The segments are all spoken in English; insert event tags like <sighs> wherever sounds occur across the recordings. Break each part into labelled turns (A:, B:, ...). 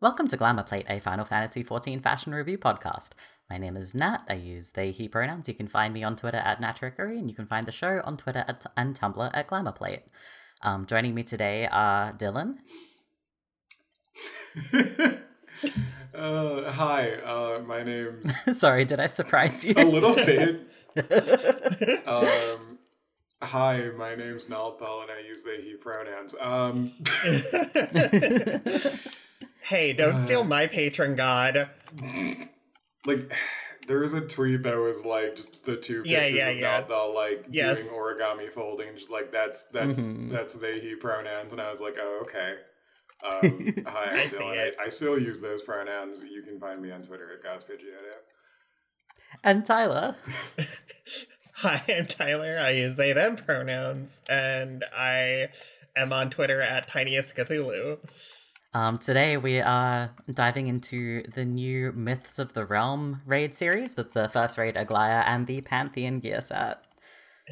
A: Welcome to Glamour Plate, a Final Fantasy XIV fashion review podcast. My name is Nat. I use they, he pronouns. You can find me on Twitter at Natrickery, and you can find the show on Twitter at, and Tumblr at Glamour Plate. Um, joining me today are Dylan. <laughs>
B: uh, hi, uh, my name's
A: Sorry, did I surprise you?
B: a little bit. Um, hi, my name's Nalthal, and I use they he pronouns. Um,
C: <laughs> hey, don't steal
A: Uh.
C: my patron god.
B: like, there was a tweet that was like just the two pictures
C: Yeah, yeah,
B: of
C: yeah.
B: Nalthal like
C: Yes.
B: doing origami folding, just like that's that's
A: Mhm.
B: that's they he pronouns, and I was like, oh okay. Um,
C: <laughs>
B: hi, I'm
C: I
B: Dylan.
C: see it.
B: I, I still use those pronouns. You can find me on Twitter at Gospidgeotto.
A: <laughs> and Tyler.
C: Hi, I'm Tyler. I use they them pronouns, and I am on Twitter at tiniest Cthulhu.
A: Um, today we are diving into the new Myths of the Realm raid series with the first raid Aglaya and the Pantheon gear set.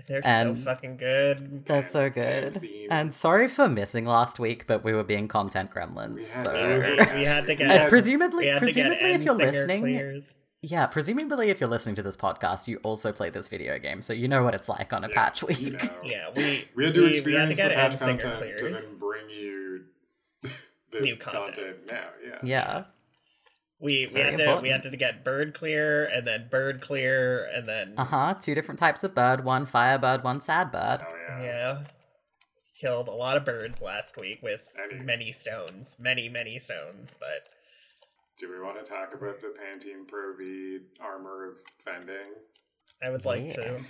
C: They're
A: Um,
C: so fucking good.
A: They're so good.
B: Pantheon.
A: And sorry for missing last week, but we were being content gremlins.
B: We had-
A: so
B: it was-
C: We had to get-
A: As
C: Yeah,
A: presumably,
C: We had to get
A: presumably, if
C: End
A: you're
C: Singer
A: listening,
C: clears.
A: yeah, presumably, if you're listening to this podcast, you also play this video game, so you know what it's like on a
B: Yeah,
A: patch week.
B: you know.
C: Yeah, we
B: We had to
C: we-
B: experience
C: we
B: the
C: had to get
B: patch
C: End
B: content
C: Singer
B: to
C: clears.
B: then bring you <laughs> this
C: New
B: content.
C: content.
B: now. Yeah.
A: <laughs> Yeah,
C: We
A: It's
C: we
A: very
C: had to we
A: important.
C: had to get bird clear, and then bird clear, and then
A: uh huh. Two different types of bird: one firebird, one sad bird.
B: Oh yeah.
C: yeah, killed a lot of birds last week with
B: Many.
C: many stones, many many stones, but.
B: Do we want to talk about the Pantene Pro V armor of fending?
A: <laughs>
C: I would like to.
A: Yes.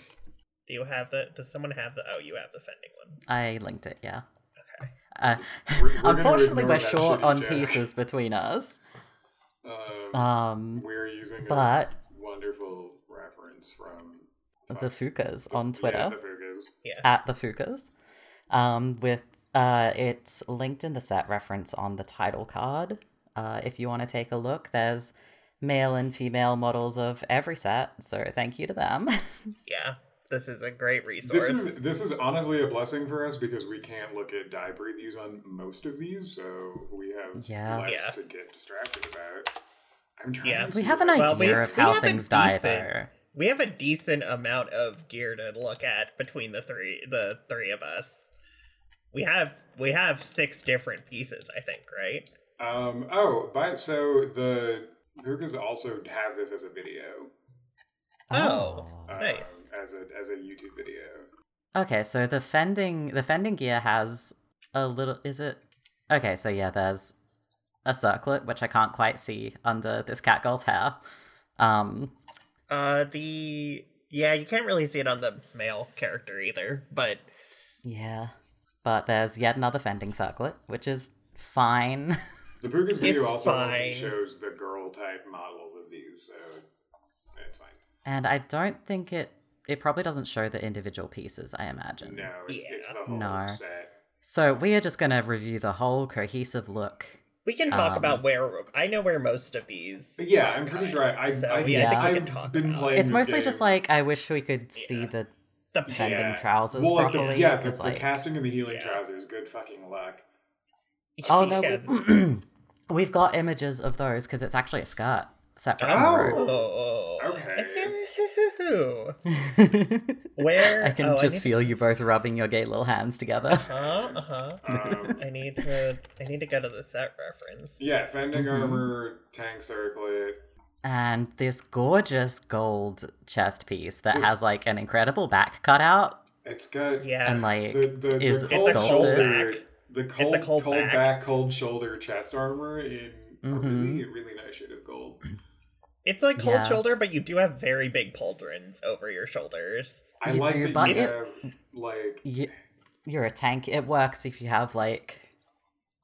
C: Do you have the? Does someone have the? Oh, you have the fending one.
A: I linked it. Yeah.
C: Okay.
A: Uh,
B: We're- we're gonna
A: unfortunately,
B: ignore
A: we're
B: that
A: short
B: shitty
A: on
B: joke.
A: pieces between us.
B: Um,
A: Um,
B: we're using
A: but-
B: a wonderful reference from
A: the Fukas on
B: yeah,
A: Twitter.
B: the Fugas.
A: at the Fukas. Um, with uh, it's linked in the set reference on the title card. Uh, if you want to take a look, there's male and female models of every set. So thank you to them.
C: Yeah, this is a great resource.
B: This is this is honestly a blessing for us because we can't look at die previews on most of these, so we have
A: Yeah.
B: less
C: Yeah.
B: to get distracted about. I'm trying.
C: Yeah.
B: to
A: <laughs> we
B: see
A: have
B: what
A: an
B: I-
A: idea
C: Well, we-
A: of
C: we
A: how
C: have a
A: things die,
C: decent-
A: though.
C: we have a decent amount of gear to look at between the three the three of us. We have we have six different pieces, I think, right?
B: Um. Oh, but so the Hookahs also have this as a video,
C: Oh.
B: um,
C: Nice.
B: as a as a YouTube video.
A: Okay, so the fending the fending gear has a little is it Okay, so yeah, there's a circlet which I can't quite see under this cat girl's hair. Um
C: Uh, the yeah, you can't really see it on the male character either, but
A: yeah. But there's yet another fending circlet, which is fine. <laughs>
B: The Hookahs video
C: It's
B: also only
C: fine.
B: shows the girl type models of these, so it's fine.
A: And I don't think it it probably doesn't show the individual pieces, I imagine.
B: No, it's, it's the
C: Yeah.
B: whole
A: No.
B: set.
A: So we are just gonna review the whole cohesive look.
C: we can talk
A: Um,
C: about where I know where most of these.
B: But yeah,
C: are
B: I'm pretty
C: cut.
B: sure I I,
C: So,
B: I,
C: yeah,
A: I think we
B: I've
C: can talk
B: been
C: about it.
B: playing.
A: It's
B: this
A: mostly
B: game.
A: just like I wish we could see
C: Yeah.
A: the
C: the
A: fending
C: pen.
B: Yeah.
A: trousers
B: well, like,
A: properly,
B: The, yeah, the,
A: 'cause,
B: the
A: like-
B: casting of the healing
C: Yeah.
B: trousers. Good fucking
C: <laughs>
B: luck.
A: Oh no,
C: Yeah.
A: we, <clears throat> we've got images of those because it's actually a skirt separate.
B: Oh.
C: Oh.
B: Okay.
C: <laughs>
A: <laughs>
C: Where
A: I can
C: oh,
A: just
C: need-
A: feel you both rubbing your gay little hands together.
C: Huh? Uh-huh.
B: Um,
C: I need to. I need to go to the set reference.
B: yeah, fending
A: Mhm.
B: armor, tank circlet.
A: And this gorgeous gold chest piece that
B: This-
A: has like an incredible back cutout
B: It's got
C: Yeah.
A: and like
B: the, the,
A: is
B: the cold
C: It's a cold
B: shoulder,
C: back.
B: the cold,
C: It's a cold
B: cold back.
C: back.
B: cold shoulder chest armor in a
A: Mm-hmm.
B: really really nice shade
A: <clears throat>
B: of gold.
C: it's like cold
A: Yeah.
C: shoulder, but you do have very big pauldrons over your shoulders.
B: I
A: You
B: like
A: do,
B: that
A: but
B: you
A: it-
B: have like
A: you, you're a tank. It works if you have like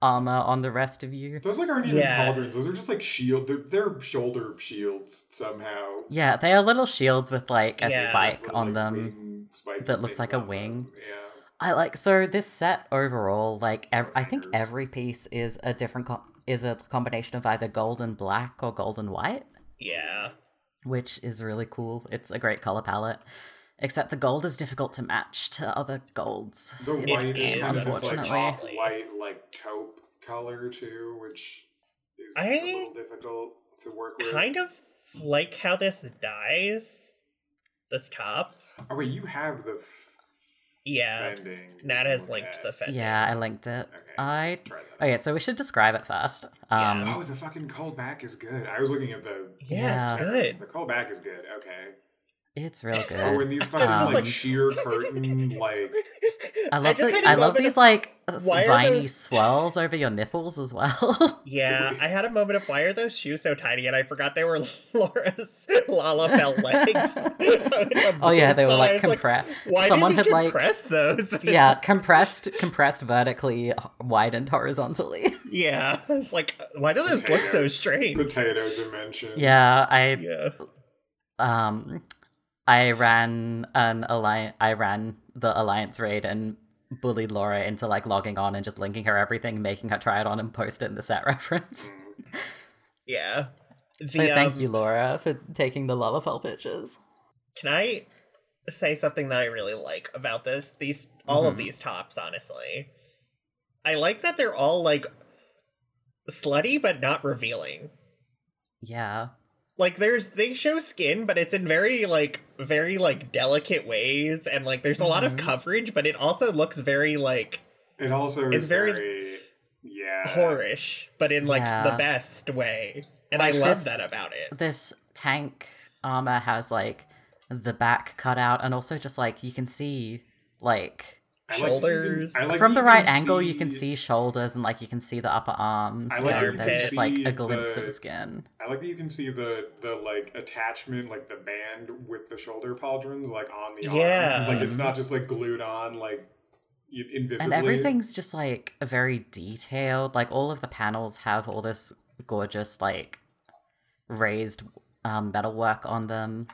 A: armor on the rest of you.
B: those like aren't even
C: Yeah.
B: pauldrons. Those are just like shield. They're, they're shoulder shields somehow.
A: Yeah, they are little shields with like a
C: Yeah.
A: spike
B: With,
A: on
B: like,
A: them.
B: wing spike
A: that looks
B: things
A: like a
B: on them.
A: wing.
B: Yeah.
A: I like so this set overall, like ev- I think
B: Fingers.
A: every piece is a different com- is a combination of either gold and black or gold and white,
C: Yeah.
A: which is really cool. It's a great color palette, except the gold is difficult to match to other golds.
B: The
A: It's-
B: white is
C: is,
B: kind of this like
A: unfortunately.
B: off white, like taupe color too, which is
C: I-
B: a little difficult to work with.
C: Kind of like how this dies. This top.
B: Oh wait, you have the
C: Yeah.
B: fending.
C: Nat has
B: Okay.
C: linked the fender.
A: Yeah, I linked it.
B: Okay.
A: I
B: Try that.
A: okay, so we should describe it first. Um,
B: Oh, the fucking callback is good. I was looking at the.
C: Yeah,
A: Yeah.
C: it's good.
B: The callback is good. Okay.
A: it's real
B: Oh,
A: good.
B: and these
C: <laughs> Just
B: fucking
A: was
B: like,
C: like- <laughs>
B: sheer curtain like.
A: I love
C: just had
A: the,
C: a
A: I love
C: moment
A: these
C: of-
A: like uh,
C: why are
A: viney
C: those-
A: swirls over your nipples as
C: <laughs>
A: well.
C: Yeah, I had a moment of why are those shoes so tiny, and I forgot they were <laughs> Laura's lalafell
A: <laughs>
C: legs. <laughs>
A: oh yeah, they were
C: So I
A: like
C: was
A: compressed.
C: <laughs> why
A: Someone
C: did
A: had
C: we
A: like
C: compress <laughs> those?
A: yeah, compressed, compressed vertically, widened horizontally.
C: yeah. It's like why do those look so strange?
B: potato dimension.
A: <laughs> yeah, I
C: Yeah,
A: um, I ran an alliance. I ran the alliance raid and bullied Laura into like logging on and just linking her everything, making her try it on and post it in the set <laughs> reference.
B: Mm.
C: yeah. The,
A: So thank
C: um,
A: you, Laura, for taking the Lullafell pictures.
C: Can I say something that I really like about this? These all of
A: Mhm.
C: these tops, honestly. I like that they're all like slutty but not revealing.
A: Yeah,
C: like there's they show skin but it's in very like very like delicate ways and like there's a lot of
A: Mhm.
C: coverage but it also looks very like
B: It also
C: It's
B: is
C: very-
B: very, yeah
C: horish but in like the
A: Yeah.
C: best way and i
A: Like
C: love
A: this-
C: that about it
A: this tank armor has like the back cut out, and also just like you can see like
B: I like that you can-
C: Shoulders.
B: I like
A: from
B: that
A: the
B: you
A: right angle you can see shoulders and like you can see the upper arms
B: I like
C: that
A: and
C: you
A: there's
C: can
A: just like
B: see
A: a glimpse
B: the-
A: of skin
B: I like that you can see the the like attachment, like the band with the shoulder pauldrons, like on the arm.
C: Yeah.
B: like it's not just like glued on, like you- invisibly.
A: and everything's just like very detailed like all of the panels have all this gorgeous like raised um metalwork on them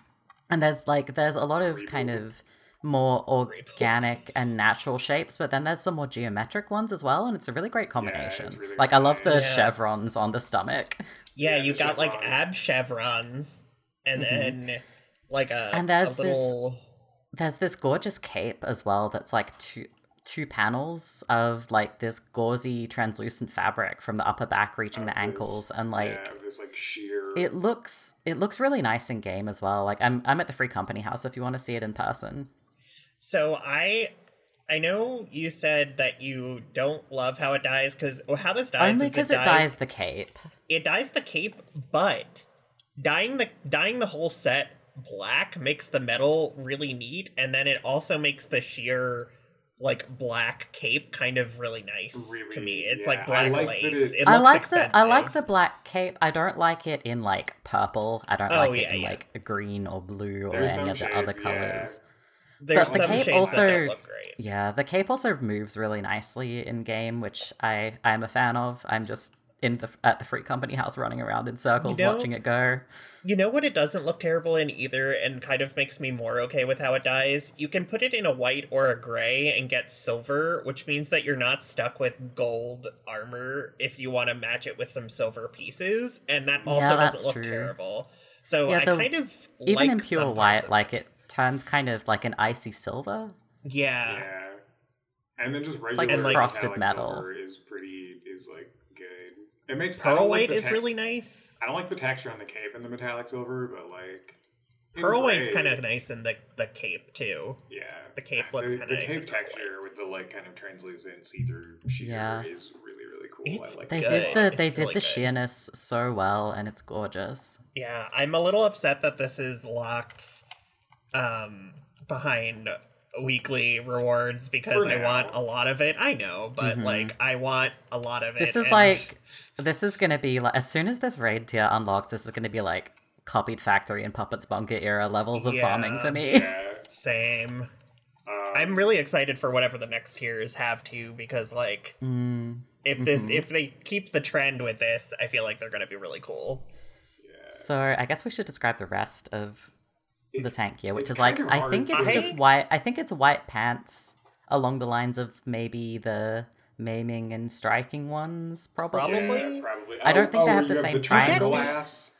A: and there's like there's a lot of kind
B: Rebuild.
A: of more organic and natural shapes but then there's some more geometric ones as well and it's a really great combination
B: really
A: like i love the
C: nice. Yeah.
A: chevrons on the stomach
C: yeah,
B: yeah,
C: you
B: the
C: got like
B: chevron.
C: ab chevrons and then like a
A: Mm-hmm. And there's
C: a
A: this-
C: little
A: there's this gorgeous cape as well that's like two two panels of like this gauzy translucent fabric from the upper back reaching
B: Of
A: the
B: this-
A: ankles and like
B: Uh, yeah, of this like sheer.
A: it looks it looks really nice in game as well like i'm i'm at the free company house if you want to see it in person
C: So I I know you said that you don't love how it dies because well, how this dies
A: only
C: is
A: because it,
C: dies
A: dyes the cape
C: it dyes the cape, but dyeing the dyeing the whole set black makes the metal really neat, and then it also makes the sheer like black cape kind of really nice to
B: Really,
C: me. It's
B: yeah, I
C: like black
B: like that
C: lace.
B: it-
C: It
A: i
C: looks
A: like the i like
C: expensive.
A: the black cape i don't like it in like purple i don't
C: Oh,
A: like
C: yeah,
A: it in
C: yeah.
A: like green or blue or
B: There's
A: any
B: some
A: of the other
B: shades, yeah.
A: colors
C: There's
A: but the
C: some
A: cape
C: shades that
A: also-
C: don't look great.
A: Yeah, the cape also moves really nicely in game, which I I'm a fan of. I'm just in the at the free company house running around in circles
C: You know-
A: watching it go.
C: You know what? It doesn't look terrible in either, and kind of makes me more okay with how it dies. You can put it in a white or a gray and get silver, which means that you're not stuck with gold armor if you want to match it with some silver pieces, and that
A: Yeah,
C: also
A: that's
C: doesn't look
A: true.
C: terrible. So
A: Yeah,
C: I
A: the-
C: kind of
A: Even
C: like
A: in pure
C: some
A: white,
C: positive-
A: like it turns kind of like an icy silver.
C: yeah,
B: yeah, and then just
A: like
B: regular
A: frosted
B: metallic
A: metal.
B: silver is pretty is like good. It makes I
C: pearl
B: don't like
C: white
B: the
C: is
B: tec-
C: really nice.
B: I don't like the texture on the cape and the metallic silver, but like in
C: Pearl white's
B: gray,
C: kind of nice in the the cape too.
B: Yeah,
C: The cape looks
B: the,
C: kinda
B: the
C: nice
B: cape
C: in pearl white.
B: texture with the like kind of translucent see-through sheer
A: Yeah.
B: is really really cool.
C: It's-
B: I like
A: They
B: that a
A: did
B: lot.
A: the
C: It's
A: they did
C: really
A: the
C: good.
A: sheerness so well, and it's gorgeous.
C: Yeah, I'm a little upset that this is locked um behind weekly rewards because
B: For
C: I
B: now.
C: want a lot of it. I know, but
A: Mhm.
C: like I want a lot of it.
A: This is
C: and-
A: like this is gonna be like as soon as this raid tier unlocks, this is gonna be like copied factory and puppets bunker era levels of farming
C: Yeah.
A: for me.
B: Yeah,
C: same.
B: <laughs> um,
C: I'm really excited for whatever the next tiers have to because like
A: <laughs> Mm.
C: if this
A: Mhm.
C: if they keep the trend with this, I feel like they're going to be really cool.
A: So I guess we should describe the rest of the
B: It's-
A: tank here, which
B: it's
A: is like
B: kind of
A: I
B: hard
A: think
B: to
A: it's
C: say.
A: just white. I think it's white pants along the lines of maybe the maiming and striking ones, probably.
C: Probably.
B: Yeah, probably.
A: I don't
B: Oh,
A: think they
B: oh,
A: have the
B: you
A: same
B: triangle
A: triangles.
B: ass.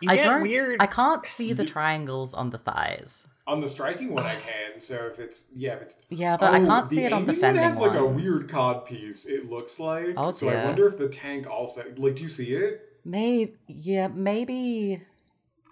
C: You
A: I
C: get
A: don't.
C: weird.
A: I can't see
C: <laughs>
A: the triangles on the thighs.
B: On the striking one,
A: <sighs>
B: I can. So if it's yeah, if it's
A: Yeah, Uh, but I
B: Oh,
A: can't see it on the
B: Indian
A: fending
B: one has like a
A: ones.
B: weird cod piece. It looks like.
A: Oh,
B: so
A: dear.
B: I wonder if the tank also like. Do you see it?
A: Maybe. Yeah, maybe.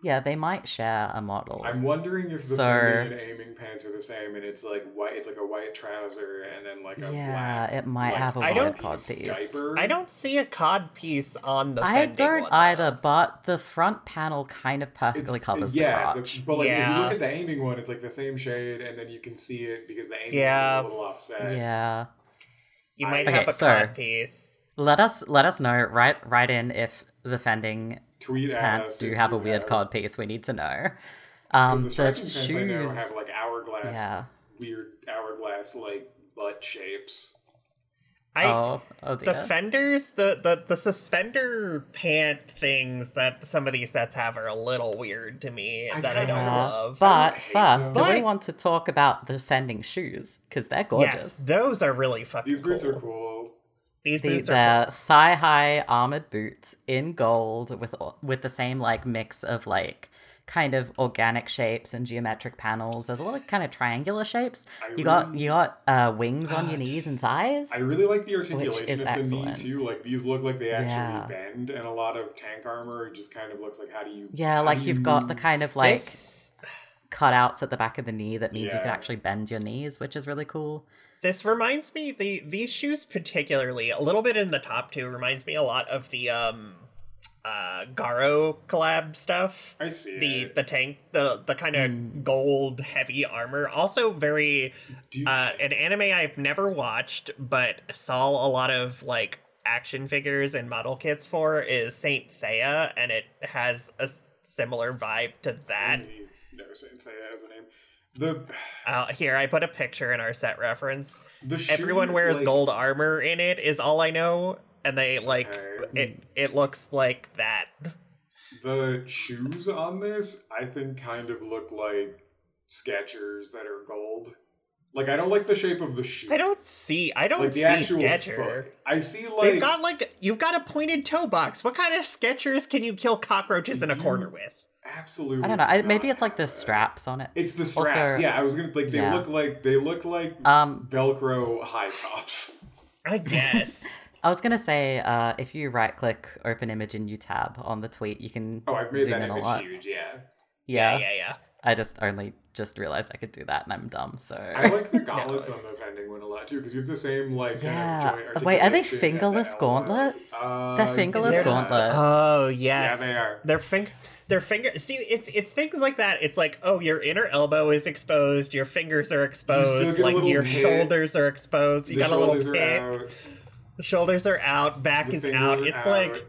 A: Yeah, they might share a model.
B: I'm wondering if the
A: So-
B: fending and aiming pants are the same, and it's like white. It's like a white trouser, and then like a
A: yeah,
B: black
A: it might
B: like,
A: have a
C: I
A: weird
C: don't-
A: cod piece.
B: diaper.
C: I don't see a cod piece on the.
A: I
C: Fendi
A: don't
C: one, though.
A: either, but the front panel kind of
B: It's-
A: perfectly covers the
B: yeah,
A: crotch.
B: but like if you
C: Yeah.
B: look at the aiming one, it's like the same shade, and then you can see it because the aiming
C: Yeah.
B: one is a little offset.
A: Yeah.
C: You might
A: Okay,
C: have a
A: so-
C: cod piece.
A: Let us let us know. Write write in if the fending
B: Tweet at
A: pants
B: us
A: do
B: if
A: have a
B: you
A: weird
B: have-
A: cod piece. We need to know.
B: 'cause
A: Um,
B: the
A: the
B: stretching pants I know
A: shoes.
B: have like hourglass,
A: Yeah.
B: weird hourglass like butt shapes.
C: I
A: oh, oh dear.
C: the fenders, the, the the suspender pant things that some of these sets have are a little weird to me
B: I
C: that I don't
B: kinda-
C: love.
A: but
B: I hate
A: first, do we
C: them.
A: want to talk about the fending shoes? Because they're
C: yes,
A: gorgeous.
C: those are really fucking
B: These boots
C: cool.
B: are cool.
C: These
A: The,
C: boots are
A: the thigh high armored boots in gold with with the same like mix of like kind of organic shapes and geometric panels. There's a lot of kind of triangular shapes.
B: I
A: You got
B: really-
A: you got uh, wings on your knees and thighs.
B: I really like the
A: is
B: articulation of the knee
A: excellent.
B: too. Like these look like they
A: Yeah.
B: actually bend, and a lot of tank armor just kind of looks like how do you?
A: Yeah,
B: how
A: like
B: do
A: you've
B: you
A: got the
B: move?
A: kind of
C: cool.
A: like
C: This,
A: cutouts at the back of the knee that means you can
B: Yeah.
A: actually bend your knees, which is really cool.
C: this reminds me the these shoes particularly a little bit in the top two reminds me a lot of the um uh Garo collab stuff.
B: I see
C: The
B: it.
C: the tank the the kind of
A: Mm.
C: gold heavy armor also very
B: Do you-
C: uh, an anime I've never watched, but saw a lot of like action figures and model kits for is Saint Seiya, and it has a s- similar vibe to that.
B: you never say, say that as a name. The
C: Uh, here, I put a picture in our set reference.
B: the shoe,
C: Everyone wears
B: like,
C: gold armor in it, is all I know, and they like
B: Okay.
C: it. It looks like that.
B: The shoes on this, I think, kind of look like Skechers that are gold. Like I don't like the shape of the shoe.
C: I don't see. I don't
B: like
C: see
B: the actual
C: Sketcher.
B: foot. I see
C: They've
B: like
C: got like you've got a pointed toe box. What kind of Skechers can you kill cockroaches in a
B: You-
C: corner with?
B: absolutely.
A: I don't know. I, maybe
B: not
A: it's like the
B: have that.
A: straps on it.
B: It's the straps.
A: Also-
B: yeah, I was gonna like they
A: yeah.
B: look like they look like
A: Um,
B: Velcro high tops. <laughs>
C: I guess.
A: I was gonna say, uh, if you right click open image in U tab on the tweet, you can
B: Oh, I've made
A: zoom
B: that
A: in a
B: image
A: lot.
B: huge.
A: <laughs>
B: Yeah,
A: Yeah,
C: yeah, yeah.
A: I just only just realized I could do that, and I'm dumb. So
B: I like the gauntlets on the vending one a lot too because you have the same like kind of
A: yeah.
B: joint
A: Wait, are they
B: articulation at the
A: fingerless
B: elbow.
A: gauntlets?
B: Uh,
A: They're fingerless
B: yeah.
A: gauntlets.
C: Oh yes.
B: they are.
C: Their finger their finger see it's it's things like that. It's like, oh, your inner elbow is exposed, your fingers are
B: You still
C: exposed,
B: get a
C: like
B: little
C: your
B: pit.
C: shoulders are exposed, you
B: The
C: got a little
B: shoulders are
C: pit,
B: out.
C: the shoulders are out, back
B: the
C: is
B: fingers
C: out.
B: are
C: It's
B: out,
C: like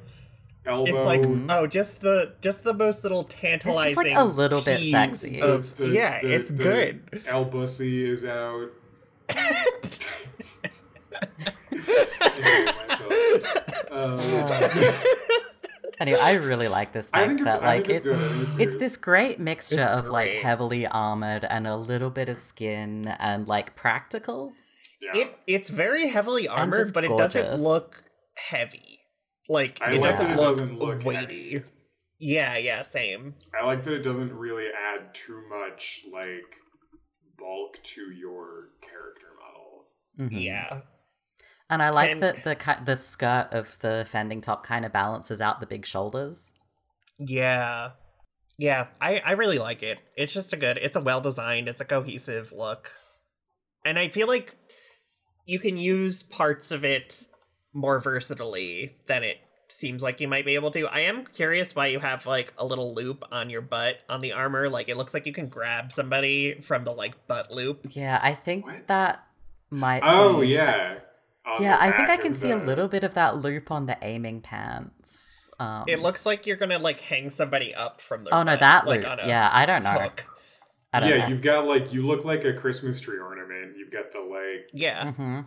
B: elbow.
C: it's like
A: Mm.
C: oh, just the just the most little tantalizing.
A: like, a little bit
C: tease
A: sexy.
C: Of, yeah,
B: the-
C: it's
B: the
C: good.
B: Elbussy is
C: <laughs>
B: out. <laughs> Anyway,
A: <laughs>
B: myself. Um,
A: <laughs> Anyway, I really like this
B: <laughs> I think
A: tank
B: it's,
A: set.
B: I
A: Like
B: think it's, good. I think it's,
A: It's
B: good.
A: this great mixture
C: It's
A: of like
C: great.
A: heavily armored and a little bit of skin and like practical.
B: Yeah.
C: It it's very heavily armored,
A: just
C: but it
A: gorgeous.
C: doesn't look heavy. Like
B: I
C: it,
B: like
C: doesn't
B: that it
C: look
B: doesn't look
C: weighty.
B: heavy.
C: Yeah, yeah, same.
B: I like that it doesn't really add too much like bulk to your character model.
A: Mhm.
C: Yeah.
A: And I like
C: Can-
A: that the ki- the skirt of the fending top kind of balances out the big shoulders.
C: Yeah. Yeah, I I really like it. It's just a good. It's a well designed, it's a cohesive look. And I feel like you can use parts of it more versatilely than it seems like you might be able to. I am curious why you have like a little loop on your butt on the armor. Like it looks like you can grab somebody from the like butt loop.
A: Yeah, I think
B: What?
A: that might.
B: Oh
A: be-
B: yeah. On
A: yeah.
B: the
A: I think
B: back
A: I
B: of
A: can see a
B: the-
A: little bit of that loop on the aiming pants. Um,
C: It looks like you're gonna like hang somebody up from their
A: Oh no,
C: butt,
A: that
C: like,
A: loop.
C: on a
A: Yeah, I don't know.
C: hook.
A: I don't
B: yeah,
A: know.
B: you've got like you look like a Christmas tree ornament. You've got the like.
C: Yeah.
A: hmm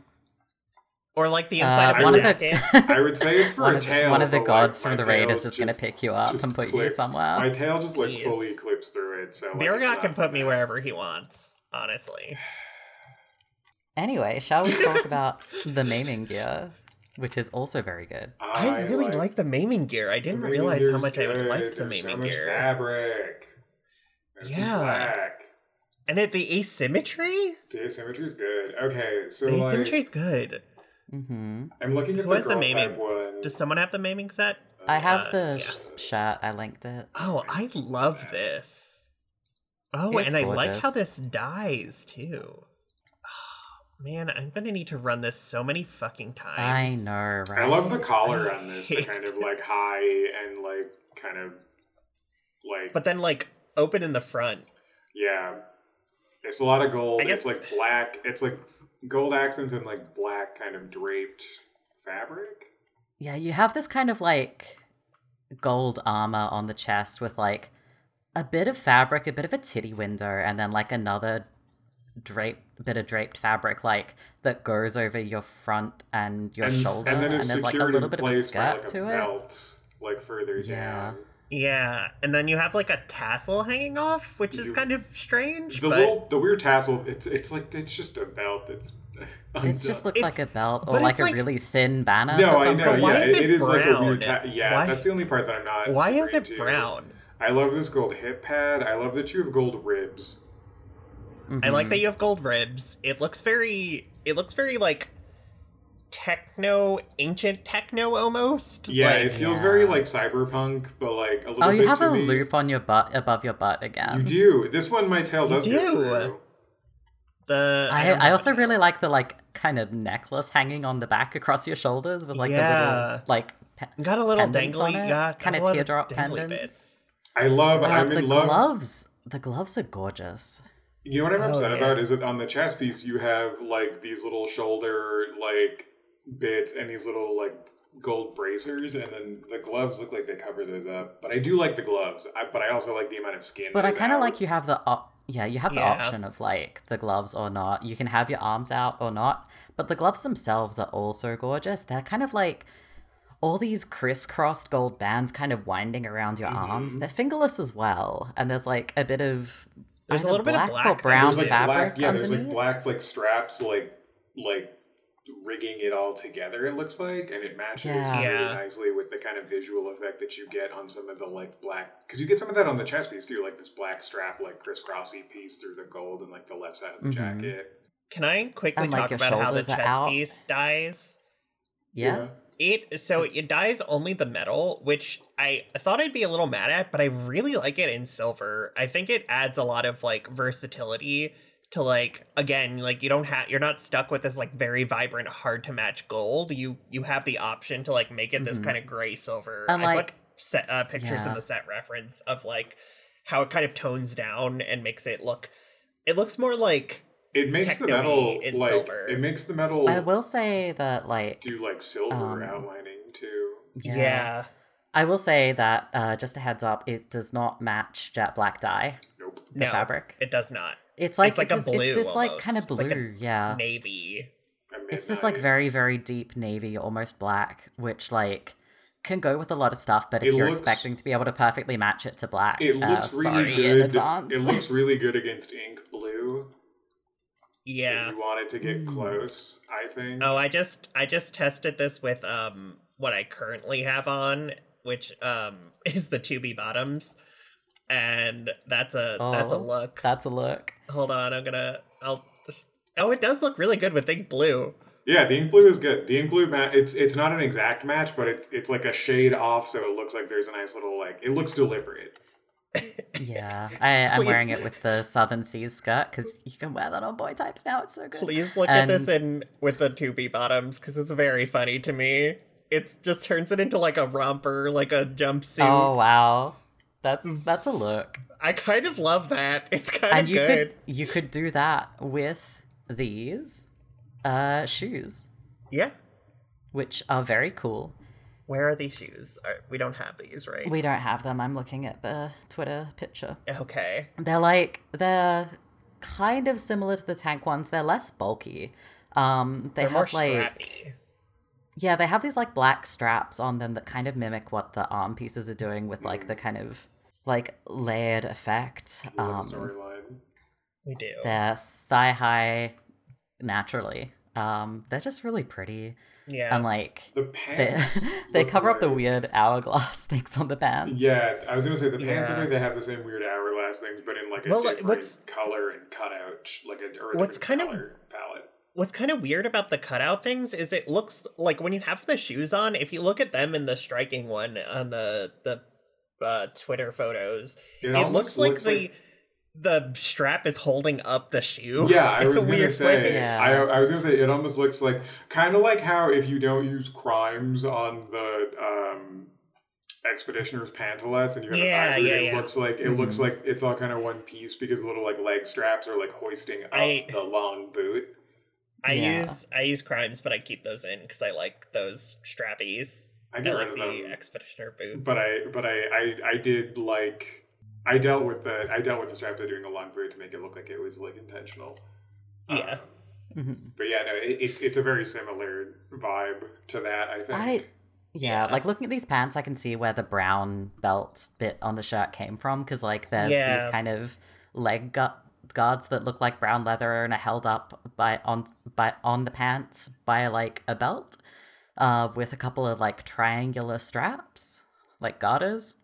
C: Or like the inside
B: Uh,
C: of
B: one
C: a
B: of
A: the- <laughs>
C: jacket. <laughs>
B: I would say it's for
A: One
B: a
A: of the,
B: tail.
A: one of the
B: but,
A: gods
B: like,
A: from
B: my
A: the raid is
B: tail's
A: just gonna pick you up
B: just
A: and put you
B: click.
A: somewhere.
B: My tail just like
C: Yes.
B: fully clips through it. So like, it's
C: Birgot can
B: not-
C: put me wherever he wants, honestly.
B: <laughs>
A: Anyway, shall we talk about the maiming gear? which is also very good.
C: I, really like, the maiming gear. I didn't
B: the
C: realize how
B: Maimingir's
C: much I
B: good.
C: liked the
B: There's so
C: maiming
B: much
C: gear.
B: fabric. There's some
C: Yeah.
B: black.
C: And at the asymmetry?
B: The asymmetry is good. Okay, so
C: The
B: like,
C: asymmetry is good.
A: hmm
B: I'm looking at
C: Who
B: the
C: has the
B: girl
C: maiming?
B: type one.
C: Does someone have the maiming set?
A: I have
C: Uh,
A: the
C: yeah.
A: sh- shirt. I linked it.
C: Oh, I love this. Oh,
A: It's
C: and I like how
A: gorgeous.
C: this dies too. <sighs> Man, I'm gonna need to run this so many fucking times.
A: I know, right?
B: I love
A: <laughs>
B: the collar on this. The kind of like high and like kind of like
C: But then, like, open in the front.
B: yeah. It's a lot of gold.
C: I guess-
B: It's like black. It's like gold accents and like black kind of draped fabric.
A: Yeah, you have this kind of like gold armor on the chest with like a bit of fabric, a bit of a titty window, and then like another drape bit of draped fabric like that goes over your front and your
B: and,
A: shoulder
B: and then it's
A: there's like a
B: secured
A: little
B: in
A: bit of a
B: place by,
A: skirt
B: like, a
A: to it.
B: belt, Like further
A: Yeah.
B: down.
C: Yeah, and then you have like a tassel hanging off, which is
B: You-
C: kind of strange.
B: The
C: but
B: little, the weird tassel. It's it's like it's just a belt. <laughs> It's
A: It just looks like
C: It's-
A: a belt or
C: but
A: like
C: it's
A: a
C: like-
A: really thin banner.
B: no,
A: Uh, for
B: I
A: some
B: know.
A: reason.
C: But why
B: yeah,
C: is
B: it,
C: it
B: it is like a
C: brown?
B: weird. Ta- yeah,
C: Why-
B: that's the only part that I'm not.
C: why is
B: agreeing
C: it
B: to.
C: brown?
B: I love this gold hip pad. I love that you have gold ribs.
C: I like
A: Mhm.
C: that you have gold ribs. It looks very. It looks very like techno, ancient techno almost.
B: Yeah,
C: like,
B: it feels very
A: yeah.
B: like cyberpunk, but like a little
A: Oh,
B: bit.
A: you have
B: to
A: a
B: me.
A: loop on your butt above your butt
B: You
A: again.
B: do. This one, my tail
C: You
B: does
C: do.
B: go through.
C: <laughs> the.
A: I,
C: don't
A: I
C: know.
A: also really like the like kind of necklace hanging on the back across your shoulders with like the
C: Yeah.
A: little like pe-
C: got a little
A: pendants
C: dangly,
A: on it,
C: yeah, got
A: kinda
C: a lot
A: teardrop
C: dangly
A: pendants.
C: bits.
B: I love.
A: Uh,
B: I'm
A: the
B: in love.
A: gloves. The gloves are gorgeous.
B: You know what I'm
C: Oh,
B: upset
C: yeah.
B: about is that on the chest piece you have like these little shoulder like bits and these little like gold bracers, and then the gloves look like they cover those up. But I do like the gloves, I, but I also like the amount of skin.
A: But
B: that
A: I
B: is
A: kind of
B: out.
A: like you have the op- yeah, you have the
C: Yeah.
A: option of like the gloves or not. You can have your arms out or not. But the gloves themselves are also gorgeous. They're kind of like all these crisscrossed gold bands kind of winding around your
C: Mm-hmm.
A: arms.
B: Mhm.
A: They're fingerless as well, and there's like a bit of
C: There's a
A: either
C: little bit
A: black
C: of black
A: or brown
B: there's like
A: fabric
B: black, yeah,
A: underneath.
B: there's like black like straps like like rigging it all together. It looks like, and it matches
A: Yeah.
B: really
C: Yeah.
B: nicely with the kind of visual effect that you get on some of the like black because you get some of that on the chest piece too, like this black strap like crisscrossy piece through the gold and like the left side of the
A: Mhm.
B: jacket.
C: Can I quickly
A: And, like,
C: talk
A: your
C: about how the
A: shoulders are
C: chest
A: out.
C: piece dies?
A: yeah.
C: It so it dies only the metal, which I thought I'd be a little mad at, but I really like it in silver. I think it adds a lot of like versatility to like again, like you don't have you're not stuck with this like very vibrant, hard to match gold. You you have the option to like make it this
A: Mhm.
C: kind of gray silver.
A: And,
C: I
A: like-
C: put set uh, pictures
A: Yeah.
C: in the set reference of like how it kind of tones down and makes it look. It looks more like
B: It makes the
C: Technically,
B: metal
C: it's
B: like
C: silver.
B: it makes the metal
A: I will say that like
B: do like silver
A: Um,
B: outlining too.
C: yeah.
A: I will say that uh, just a heads up, it does not match jet black dye
B: Nope.
A: the
C: no,
A: fabric.
C: it does not.
A: It's like
C: it's like
A: it's,
C: a blue
A: it's this like kind of
C: almost.
A: blue,
C: It's like a
A: yeah.
C: Navy.
B: A
A: It's this like
B: midnight.
A: very very deep navy, almost black, which like can go with a lot of stuff. But if
B: It
A: you're
B: looks-
A: expecting to be able to perfectly match it to black,
B: It
A: uh,
B: looks really
A: sorry in
B: good.
A: advance. <laughs>
B: It looks really good against ink blue.
C: Yeah.
B: If you wanted to get
A: Mm.
B: close, I think.
C: Oh, I just I just tested this with um what I currently have on, which um <laughs> is the tubey bottoms, and that's a that's a
A: Oh,
C: look.
A: That's a look.
C: Hold on, I'm gonna I'll. Oh, it does look really good with ink blue.
B: Yeah, the ink blue is good. The ink blue ma- it's it's not an exact match, but it's it's like a shade off, so it looks like there's a nice little like it looks deliberate.
C: <laughs>
A: Yeah, I am
C: Please.
A: wearing it with the Southern Seas skirt because you can wear that on boy types now. It's so good.
C: Please look at this in with the tubey bottoms because it's very funny to me. It just turns it into like a romper, like a jumpsuit.
A: Oh wow, that's
B: Mm.
A: that's a look.
C: I kind of love that. <laughs> It's kind
A: and
C: of
A: you
C: good.
A: could you could do that with these uh shoes
C: Yeah.
A: which are very cool
C: Where are these shoes? Are- We don't have these, right?
A: we don't have them i'm looking at the twitter picture
C: Okay.
A: they're like they're kind of similar to the tank ones they're less bulky um they
C: They're more
A: have like
C: strappy.
A: yeah they have these like black straps on them that kind of mimic what the arm pieces are doing with like the kind of like layered effect
B: Little
A: um
B: storyline.
C: We do.
A: They're thigh high naturally. Um, they're just really pretty.
C: Yeah.
A: and like
B: The
A: they,
B: pants.
A: <laughs> they
B: look
A: cover up the
B: like-
A: weird hourglass <laughs> things on the pants.
B: Yeah, I was gonna say the pants
C: Yeah.
B: are good. They have the same weird hourglass things, but in like a
C: Well, like,
B: different
C: what's-
B: color and cutout, like a or a
C: What's
B: different
C: kind of-
B: color palette.
C: What's kind of weird about the cutout things is it looks like when you have the shoes on, if you look at them in the striking one on the the uh, Twitter photos,
B: It,
C: it,
B: almost
C: looks, like the the strap is holding up the shoe.
B: Yeah, I
C: <laughs> in a
B: was gonna
C: weird
B: say.
C: way.
A: Yeah.
B: I, I was gonna say it almost looks like kind of like how if you don't use crimes on the um, expeditioner's pantalets and you have
C: Yeah,
B: an ivory,
C: yeah,
B: it
C: yeah. Mm-hmm.
B: looks like it looks like it's all kind of one piece because the little like leg straps are like hoisting up
C: I-
B: the long boot.
C: I
A: Yeah.
C: use I use crimes, but I keep those in because I like those strappies.
B: I
C: I
B: get
C: like
B: rid
C: the
B: of them,
C: expeditioner boots.
B: but I but I, I I did like. I dealt with the I dealt with the straps of doing the long boot to make it look like it was like intentional.
C: Yeah.
B: Um,
A: <laughs> Mhm.
B: but yeah, no, it, it's it's a very similar vibe to that. I think.
A: I yeah,
C: Yeah.
A: like looking at these pants, I can see where the brown belt bit on the shirt came from because like there's
C: Yeah.
A: these kind of leg gu- guards that look like brown leather and are held up by on by on the pants by like a belt, uh, with a couple of like triangular straps, like garters,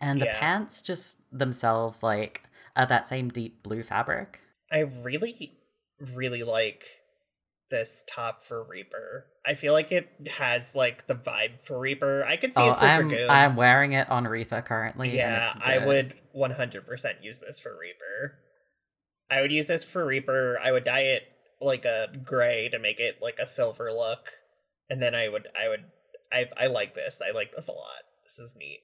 A: and the
C: Yeah.
A: pants just themselves like are that same deep blue fabric.
C: I really, really like this top for Reaper. I feel like it has like the vibe for Reaper. I could see
A: Oh,
C: it for
A: I'm
C: Dragoon.
A: I'm wearing it on Reaper currently. and
C: yeah,
A: it's
C: I
A: good.
C: would 100% use this for Reaper. I would use this for Reaper. I would dye it like a gray to make it like a silver look, and then I would I would I I like this. I like this a lot. This is neat.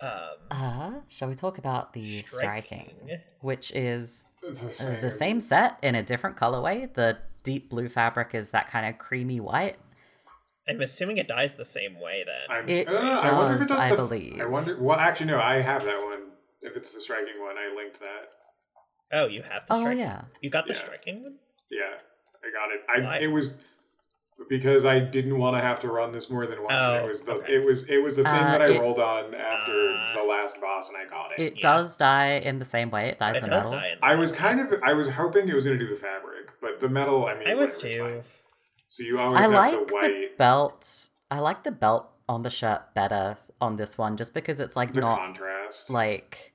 C: Um,
A: Uh, shall we talk about the striking,
C: Striking.
A: which is
B: the
A: uh, the same set in a different colorway? The deep blue fabric is that kind of creamy white.
C: I'm assuming it dyes the same way then.
B: I'm,
A: It
B: uh, I wonder if
A: does,
B: it does
A: I
B: the,
A: believe.
B: I wonder. Well, actually, no. I have that one. If it's the striking one, I linked that.
C: Oh, you have the
A: Oh
C: striking.
A: yeah,
C: You got the
B: Yeah.
C: striking one.
B: Yeah, I got it. I
C: Why?
B: it was because I didn't want to have to run this more than once. and
C: Oh,
B: it was the
C: okay.
B: it was it was the thing
A: Uh,
B: that I
A: it-
B: rolled on after
C: Uh,
B: the last boss, and I got it.
A: it
C: Yeah.
A: does dye in the same way. It dyes
C: It
A: the
C: does
A: metal.
C: dye in the
B: I
C: same
B: was
C: way.
B: kind of I was hoping it was going to do the fabric, but the metal. I mean,
C: I was
B: whatever, it's
C: too.
B: fine. So you always
A: I
B: have
A: like
B: the
A: the,
B: white.
A: belt. I like the belt on the shirt better on this one, just because it's like
B: the
A: not
B: contrast.
A: like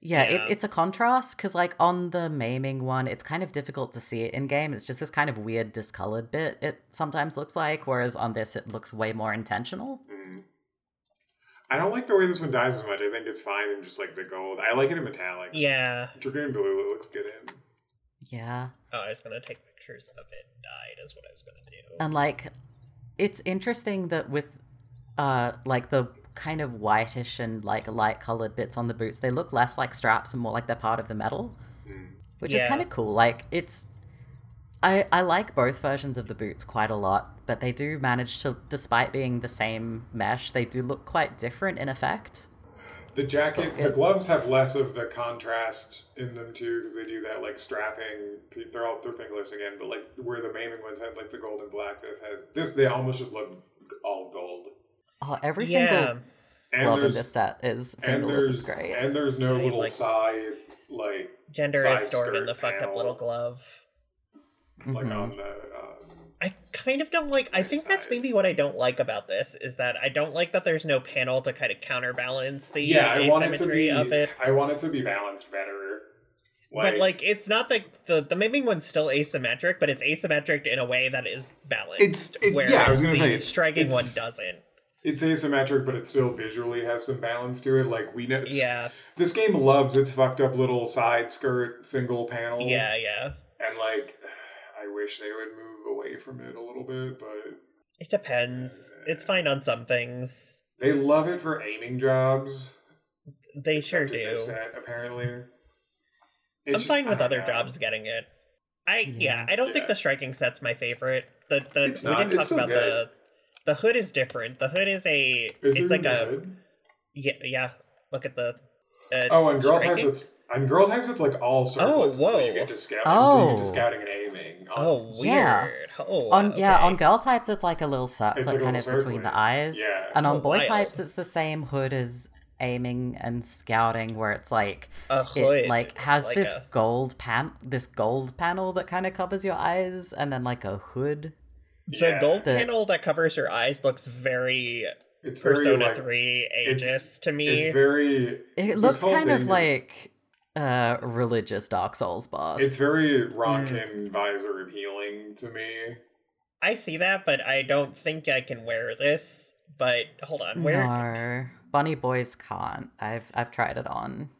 A: yeah,
C: Yeah.
A: It, it's a contrast because like on the maiming one it's kind of difficult to see it in game it's just this kind of weird discolored bit it sometimes looks like whereas on this it looks way more intentional
B: Mm. I don't like the way this one dies as much. I think it's fine in just like the gold. I like it in metallics.
C: Yeah.
B: Dragoon blue. It looks good in.
A: yeah
C: Oh, I was gonna take pictures of it dyed is what I was gonna do.
A: and like it's interesting that with uh like the kind of whitish and like light colored bits on the boots they look less like straps and more like they're part of the metal
B: Mm.
A: which is
C: Yeah.
A: kind of cool. Like it's, I I like both versions of the boots quite a lot, but they do manage to, despite being the same mesh, they do look quite different in effect.
B: The jacket,
A: So
B: the
A: it-
B: gloves have less of the contrast in them too, because they do that like strapping. They're all they're fingerless again, but like where the maiming ones had like the gold and black, this has this. They almost just look all gold.
A: Oh, every
C: yeah.
A: single
B: And
A: glove in
B: there's
A: this set is
B: and
A: fingerless.
B: there's
A: It's great.
B: and there's no
C: I
B: little
C: like-
B: side like
C: Gender
B: side
C: is stored in
B: skirt
C: the fucked up
B: panel.
C: little glove.
B: like
A: Mhm.
B: on the. Um,
C: I kind of don't like I think that's
B: Side.
C: maybe what I don't like about this is that I don't like that there's no panel to kind of counterbalance the
B: yeah, I want it to
C: asymmetry
B: be.
C: of it.
B: I want it to be balanced better.
C: but like it's not that the the maiming one's still asymmetric, but it's asymmetric in a way that is balanced.
B: It's- it-
C: whereas
B: yeah, I was gonna
C: the
B: say, it's-
C: striking
B: it's-
C: one doesn't.
B: it's asymmetric, but it still visually has some balance to it. Like we know,
C: Yeah,
B: this game loves its fucked up little side skirt single panel.
C: yeah, yeah.
B: and like I wish they would move away from it a little bit, but
C: It depends. It's fine on some things.
B: they love it for aiming jobs.
C: They sure
B: Did
C: do.
B: this set, apparently. It's
C: I'm
B: just-
C: fine with
B: I don't
C: other
B: know.
C: jobs getting it. I yeah,
A: Yeah.
C: I don't
B: Yeah.
C: think the striking set's my favorite. The the
B: It's
C: we
B: not.
C: didn't
B: It's
C: talk
B: still
C: about
B: good.
C: the the hood is different. The hood is a
B: Is
C: it's
B: there
C: like a
B: good?
C: yeah, yeah. Look at the uh,
B: oh, and girl
C: striking?
B: types. It's on girl types. It's like all circlets.
C: Oh,
B: until You
C: whoa.
B: get to scouting. until You get
A: Oh.
B: to scouting and aiming.
C: oh weird.
A: Yeah.
C: Oh
A: on yeah,
C: okay.
A: on girl types it's like a little circlet
B: like a
A: kind
B: little
A: of between
B: circlet.
A: the eyes,
B: Yeah.
A: and on
C: Oh,
A: boy
C: wild.
A: types it's the same hood as aiming and scouting, where it's like
C: a hood
A: it like has
C: like
A: this
C: a-
A: gold pan this gold panel that kind of covers your eyes and then like a hood
C: The
B: Yeah.
C: gold
A: The-
C: panel that covers her eyes looks very
B: It's very
C: Persona
B: like,
C: 3
B: it's-
C: Aegis to me.
B: It's very
A: It
B: This
A: looks
B: whole
A: kind of
B: thing is-
A: like uh religious Dark Souls boss.
B: it's very
C: Hmm.
B: Ronkin visor appealing to me.
C: I see that, but I don't think I can wear this. But hold on, where
A: No, bunny boys can't. I've I've tried it on.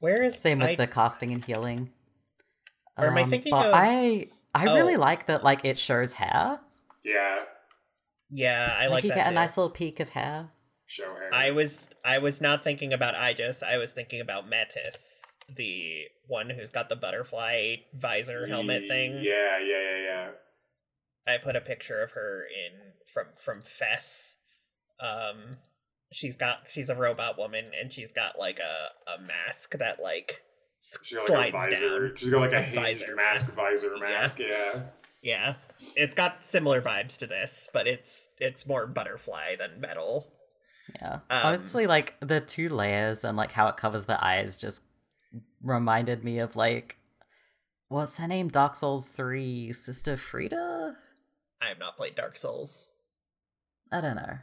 C: where is
A: Same with
C: I-
A: the casting and healing. Um,
C: Or am I thinking
A: but
C: of-
A: I I really
C: Oh.
A: like that. Like it shows hair.
B: Yeah,
C: Yeah, I
A: like,
C: like,
A: you
C: that.
A: get a
C: too.
A: nice little peek of hair.
B: show him.
C: I was I was not thinking about Aegis. I was thinking about Metis, the one who's got the butterfly visor helmet thing.
B: Yeah, yeah, yeah, yeah.
C: I put a picture of her in from from Fess. Um, she's got she's a robot woman, and she's got like a a mask that like s-
B: She's got like
C: slides
B: a visor.
C: down.
B: She's got like a,
C: A
B: hinged
C: visor
B: mask,
C: mask.
B: visor
C: Yeah.
B: mask. Yeah.
C: Yeah, it's got similar vibes to this, but it's it's more butterfly than metal.
A: Yeah.
C: Um,
A: Honestly, like the two layers and like how it covers the eyes just reminded me of like what's her name? Dark Souls Three Sister Frida.
C: I have not played Dark Souls.
A: I don't know.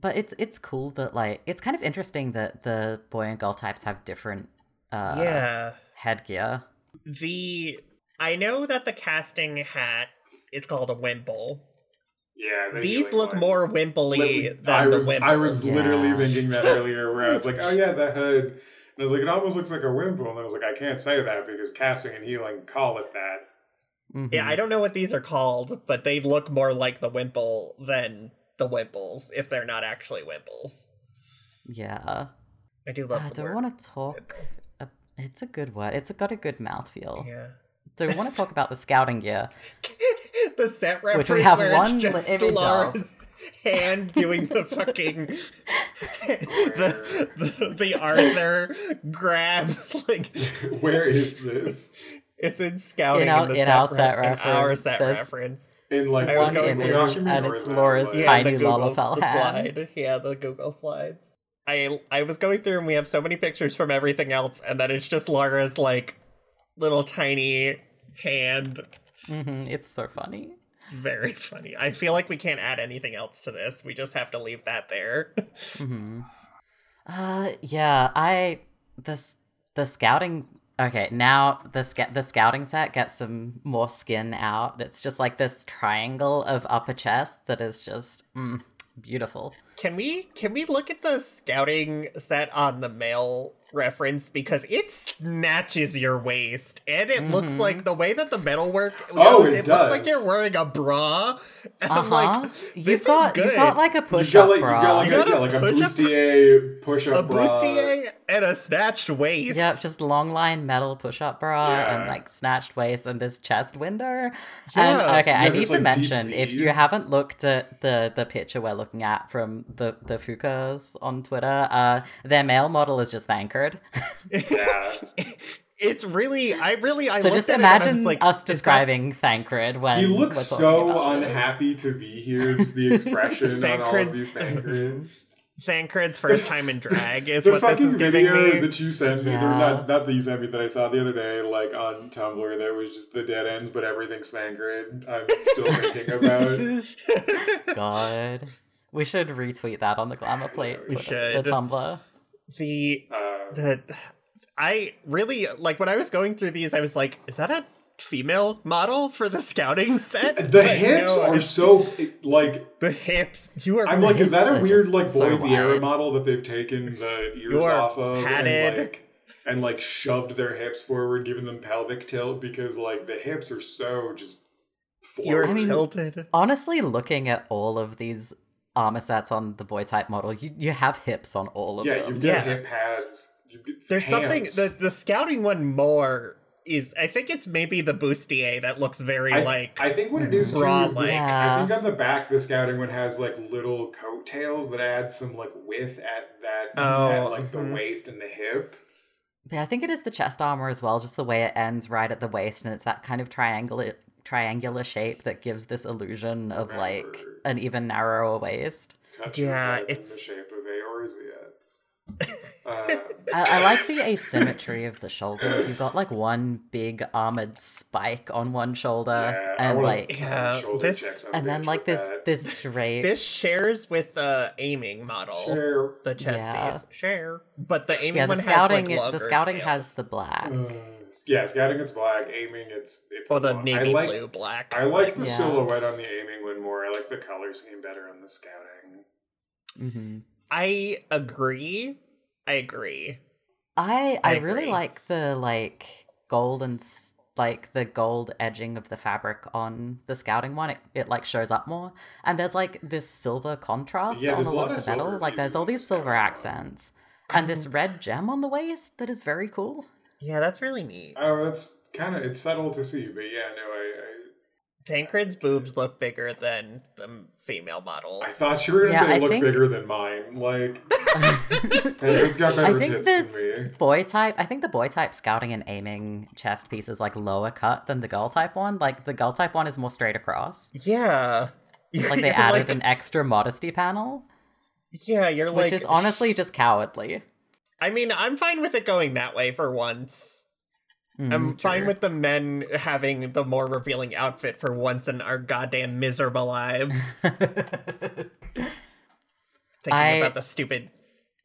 A: But it's it's cool that like it's kind of interesting that the boy and girl types have different uh
C: yeah,
A: headgear.
C: the I know that the casting hat is called a wimple.
B: Yeah. the
C: These
B: healing
C: look
B: one.
C: more wimply
B: Like,
C: than
B: I was,
C: the wimple.
B: I was
A: Yeah.
B: literally thinking that earlier, where I was
C: <laughs>
B: like, "Oh yeah, the hood," and I was like, "It almost looks like a wimple," and I was like, "I can't say that because casting and healing call it that."
C: Yeah,
A: Mm-hmm.
C: I don't know what these are called, but they look more like the wimple than the wimples if they're not actually wimples.
A: Yeah.
C: I do love.
A: I
C: the
A: Ah, don't
C: word
A: want to talk.
C: wimple.
A: a- It's a good word. It's got a good mouthfeel.
C: Yeah.
A: Do we want
C: <laughs>
A: to talk about the scouting gear?
C: the set
A: Which
C: reference
A: we have
C: where
A: one
C: it's just
A: image of.
C: Laura's hand doing
A: <laughs>
C: the fucking <laughs> the, the the Arthur grab like
B: Where is this
C: it's in scouting
A: In our-
C: the
A: in our set
C: re- in our
A: reference,
C: set
A: there's-
C: reference
B: in like
C: I was
B: one
C: going
B: Google
C: through,
B: document,
A: and
B: or
A: it's
B: is that,
A: Laura's
B: like-
A: tiny
C: the Google
A: Lalafell
C: the
A: hand.
C: slide. Yeah, the Google slides. I I was going through and we have so many pictures from everything else, and then it's just Laura's like little tiny hand.
A: hmm It's so funny.
C: It's very funny. I feel like we can't add anything else to this. We just have to leave that there. <laughs>
A: hmm Uh, yeah, I this the scouting. Okay, now the sc- the scouting set gets some more skin out. It's just like this triangle of upper chest that is just mm, beautiful.
C: Can we can we look at the scouting set on the male reference because it snatches your waist and it looks
A: Mhm.
C: like the way that the metal work goes,
B: Oh, it
C: looks like
B: does.
C: you're wearing a bra. <laughs> And
A: Uh
C: <laughs> I'm like,
A: huh. You
C: this is
A: got you
C: good.
A: got like a
B: You
A: push
B: got
A: up
B: like you got
A: bra.
B: like
C: You
B: a,
C: got
B: yeah,
C: a
B: like a
C: push-up- <laughs>
B: bustier push-up
C: a
B: bra.
C: bustier and a snatched waist.
A: yeah, it's just long line metal push up bra and
B: Yeah.
A: like snatched waist and this chest window. And
C: Yeah.
A: okay, I
B: Yeah,
A: need
B: there's,
A: to
B: like, deep
A: mention if you
B: V.
A: haven't looked at the the picture we're looking at from the the Fukas on Twitter, uh, their male model is just anchored.
C: <laughs>
B: Yeah.
C: <laughs> It's really, I really, I
A: so
C: looked
A: just
C: at it and I
A: imagine
C: was like,
A: us
C: is that-
A: describing Thancred when
B: He looks
A: we're talking
B: so
A: about this.
B: unhappy to be here. Just
C: <laughs>
B: the expression on all of these Thankreds.
A: <laughs>
C: Thancred's first time in drag is
B: the
C: what this
B: fucking
C: is giving
B: video
C: me.
B: that you sent me,
A: Yeah.
B: or not, not that you sent me, that I saw the other day, like on Tumblr, that was just the dead ends, but everything's Thancred. I'm still thinking
C: <laughs>
B: about.
A: <laughs> God, we should retweet that on the Glamour Plate,
B: We
A: Twitter, the
C: should.
A: Tumblr.
C: the
B: Uh,
C: the I really like when I was going through these, I was like, is that a female model for the scouting set?
B: the
C: But
B: hips
C: no,
B: are
C: it's-
B: so like.
C: the hips. You are
B: I'm like, is that
A: hips
B: a
A: are
B: weird
A: just
B: like
A: so
B: Boy Vieira
A: wide.
B: model that they've taken the ears
C: You are
B: off of
C: padded.
B: and like and like shoved their hips forward, giving them pelvic tilt because like the hips are so just.
C: you're
B: Forward.
A: I mean-
C: tilted.
A: Honestly, looking at all of these armor sets on the boy type model, you, you have hips on all of
B: yeah,
A: them.
B: you get
C: Yeah.
B: hip pads. You get
C: There's something
B: hands.
C: the the scouting one more is I think it's maybe the bustier that looks very
B: I,
C: like
B: I think what it is too
C: bra
B: is the-
C: leg.
A: Yeah.
B: I think on the back the scouting one has like little coattails that add some like width at that
C: Oh,
B: at like the
C: mhm.
B: waist and the hip.
A: Yeah, I think it is the chest armor as well, just the way it ends right at the waist, and it's that kind of triangular triangular shape that gives this illusion of like
B: Remember.
A: an even narrower waist.
B: Cut
C: Yeah,
B: your head in
C: it's-
B: the shape of Eorzea.
C: <laughs>
B: Uh,
A: I, I like the asymmetry of the shoulders. You've got like one big armored spike on one shoulder,
B: yeah, I
A: and
B: wanna <laughs>
A: like,
B: fucking
C: Yeah,
B: shoulder
C: this-
B: check some
A: and then
B: bitch
A: like
B: with
A: this
B: that.
A: this drape.
C: This shares with the aiming model,
B: Sure.
C: the chest
A: Yeah.
C: piece. Share, but the aiming
A: yeah, the
C: one
A: scouting
C: has like
A: the
C: longer
A: scouting
C: tails.
A: has the black.
B: Uh, yeah, scouting it's black, aiming it's it's
C: or Oh, the
B: long.
C: navy
B: I like,
C: blue black.
B: I like the
A: Yeah.
B: silhouette on the aiming one more. I like the color scheme better on the scouting.
A: hmm
C: I agree. I agree.
A: I
C: I
A: I really
C: agree.
A: like the like gold and s- like the gold edging of the fabric on the scouting one. It, it like shows up more, and there's like this silver contrast
B: Yeah,
A: on
B: there's
A: a
B: a
A: lot
B: lot
A: of
B: of
A: the metal.
B: silver
A: Like there's
B: in
A: all these silver
B: Scouting one.
A: accents, and this red gem on the waist that is very cool.
C: Yeah, that's really neat.
B: Oh, that's kind of it's subtle to see, but yeah, no,
C: Tancred's boobs look bigger than the female model.
B: I I, I thought you were gonna
A: Yeah,
B: say
A: I
B: look
A: think-
B: bigger than mine.
A: <laughs>
B: Like, it's got better
A: think
B: tits
A: that-
B: than me.
A: Boy type, I think the boy type scouting and aiming chest piece is like lower cut than the girl type one. Like the girl type one is more straight across.
C: Yeah. <laughs>
A: Like they
C: You're
A: added
C: like-
A: an extra modesty panel,
C: Yeah, you're
A: which
C: like
A: is honestly just cowardly.
C: I mean, I'm fine with it going that way for once.
A: Mm,
C: I'm fine
A: true.
C: with the men having the more revealing outfit for once in our goddamn
A: <laughs>
C: miserable lives. Thinking
A: I-
C: about the stupid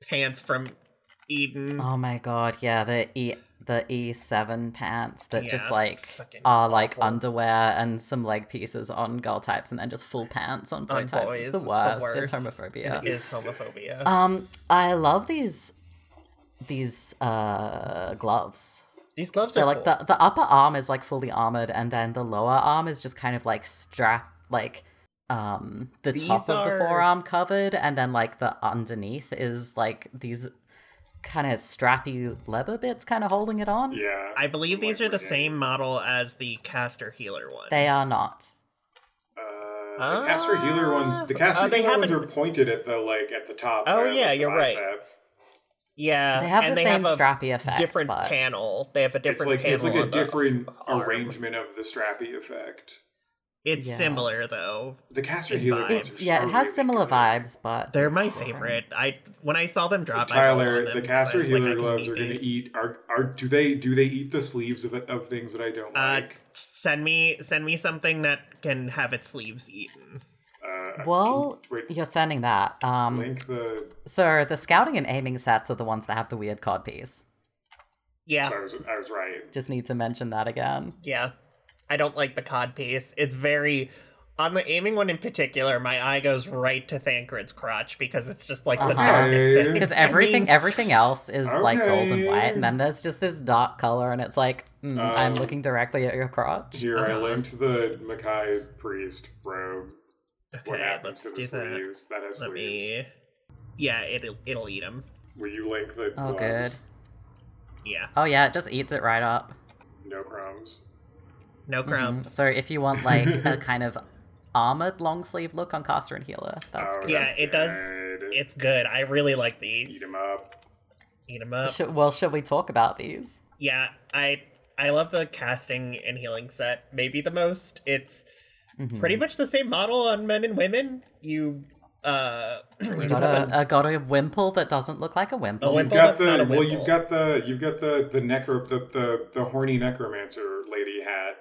C: pants from Eden.
A: Oh my god, yeah, the E the E seven pants that just
C: Yeah,
A: like
C: fucking
A: are like
C: awful.
A: underwear and some leg pieces on girl types and then just full pants on boy
C: On
A: types.
C: boys,
A: it's the
C: it's the
A: worst.
C: worst.
A: It's homophobia.
C: It <laughs> is homophobia.
A: Um I love these these uh gloves.
C: These gloves
A: So
C: are
A: like
C: cool.
A: the the upper arm is like fully armored and then the lower arm is just kind of like strap like um the top
C: These
A: of the
C: are-
A: forearm covered and then like the underneath is like these kind of strappy leather bits kind of holding it on.
B: Yeah,
C: I believe
B: Some,
C: these
B: like,
C: are the
B: weird-
C: same model as the caster healer one.
A: They are not.
B: Uh, the caster healer ones. The
C: Ah,
B: caster
C: uh, they
B: healer ones
C: haven't-
B: are pointed at the like at the top.
C: Oh,
B: right, like,
C: yeah,
B: the
C: you're right.
B: bicep.
C: yeah,
A: They have
C: and
A: the
C: they
A: same
C: have a
A: strappy effect.
C: different
A: but...
C: panel. They have a
B: It's
C: different
B: like
C: panel.
B: it's like a
C: on the-
B: different
C: arm.
B: arrangement of the strappy effect.
C: It's
A: Yeah.
C: similar though.
B: The caster
C: Good
B: healer
C: vibes.
B: ones. Are
A: Yeah,
B: so
A: it has
B: really
A: similar
B: good.
A: vibes, but
C: They're my
A: it's different.
C: favorite. I when I saw them drop, I rolled
B: Tyler,
C: on
B: the
C: them 'cause I
B: caster
C: was like, I
B: healer
C: can
B: gloves
C: eat
B: are going
C: these.
B: to eat. Are are do they do they eat the sleeves of of things that I don't
C: Uh,
B: like?
C: send me send me something that can have its sleeves eaten.
B: Uh,
A: Well,
B: can- wait,
A: you're sending that. Um,
B: link the.
A: so the scouting and aiming sets are the ones that have the weird cod piece.
C: Yeah,
B: so I was I was right.
A: Just need to mention that again.
C: yeah. I don't like the cod piece. It's very on the aiming one in particular. My eye goes right to Thancred's crotch because it's just like the
A: Uh-huh.
C: darkest
A: <laughs>
C: thing.
A: Because
C: <laughs> I
A: everything
C: mean,
A: everything else is like gold and white,
B: Okay.
A: and then there's just this dark color, and it's like mm, I'm
B: Um,
A: looking directly at your crotch.
B: Here I linked the Makai priest robe. what
C: Okay,
B: happens to
C: let's
B: the
C: do that.
B: sleeves? That has
C: Let
B: sleeves.
C: me. Yeah, it'll it'll eat them.
B: Will you link the
A: Oh,
B: gloves?
C: Yeah,
A: Oh yeah, it just eats it right up.
B: No crumbs.
C: no
A: Mhm.
C: crumbs.
A: So if you want like a kind of armored long sleeve look on Caster and Healer, that's
B: Oh,
A: good.
C: Yeah, it does-
B: good.
C: It's good. I really like these.
B: Eat 'em up.
C: Eat 'em up.
A: Sh- well, should we talk about these?
C: Yeah, I I love the casting and healing set. Maybe the most. It's
A: Mhm.
C: pretty much the same model on men and women. You uh <clears throat> you
A: Got
C: have a-
A: a, a got a wimple that doesn't look like a wimple.
C: A
B: You've
C: wimple
B: got
C: that's not
B: the
C: a
B: well.
C: wimple.
B: You've got the you've got the the necro the the, the horny necromancer lady hat.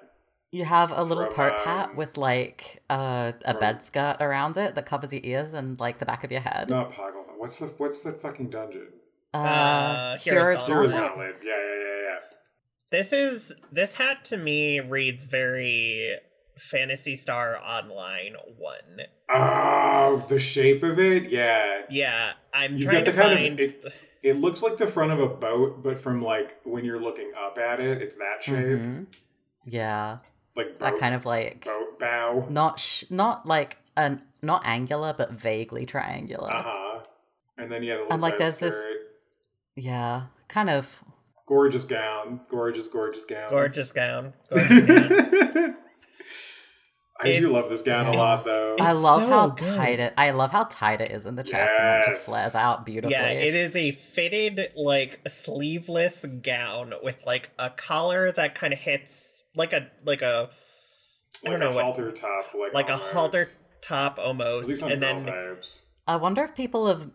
A: You have a little
B: From,
A: part
B: um,
A: hat with like uh, a
B: from-
A: bed skirt around it that covers your ears and like the back of your head.
B: Not Poggle. What's the what's the fucking dungeon?
A: Uh,
C: Uh,
A: Heroes
C: Heroes
B: Heroes
A: Gauntlet?
B: Gauntlet. Yeah, yeah, yeah, yeah.
C: this is this hat to me reads very Fantasy Star Online one.
B: Oh, the shape of it. Yeah,
C: Yeah, I'm
B: You've got
C: trying to
B: the kind of-
C: find.
B: it- it looks like the front of a boat, but from like when you're looking up at it, it's that shape.
A: Mhm. Yeah,
B: Like boat,
A: that kind of like
B: boat bow.
A: not sh- not like an not angular but vaguely triangular.
B: Uh huh. And then yeah, the little
A: And, like,
B: red
A: there's this-
B: skirt.
A: Yeah, kind of.
B: gorgeous gown, gorgeous, gorgeous gown, <laughs>
C: Gorgeous gown. Gorgeous gown.
B: I do
C: It's-
B: love this gown a
A: yeah.
B: lot, though.
A: I
C: It's
A: love
C: so
A: how
C: good.
A: tight it. I love how tight it is in the chest and it
B: Yes.
A: just flares out beautifully.
C: Yeah, it is a fitted, like sleeveless gown with like a collar that kind of hits like a like a I
B: like
C: don't
B: a
C: know what-
B: halter top, like
C: like a
B: almost.
C: halter top
B: At
C: almost,
B: least on
C: and
B: girl
C: then
B: types.
A: I wonder if people have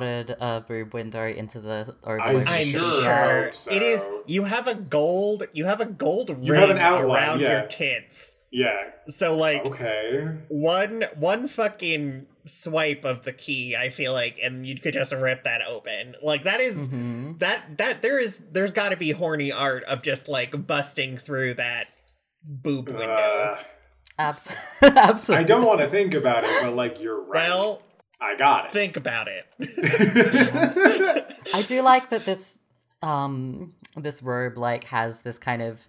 A: a boob window into the or the
B: I'm
A: lotion.
C: I'm
B: Sure, I
C: sure
B: hope so.
C: it is. You have a gold. You have a gold ring
B: You have an outline,
C: around
B: yeah.
C: your tits.
B: Yeah.
C: So like
B: Okay.
C: one one fucking swipe of the key, I feel like, and you could just rip that open. Like that is-
A: Mhm.
C: that that there is there's got to be horny art of just like busting through that boob window.
B: Uh,
A: Abs- <laughs> absolutely.
B: I don't want to think about it, but like you're right.
C: well,
B: I got
C: think about it. <laughs>
B: it.
A: I do like that this um this robe like has this kind of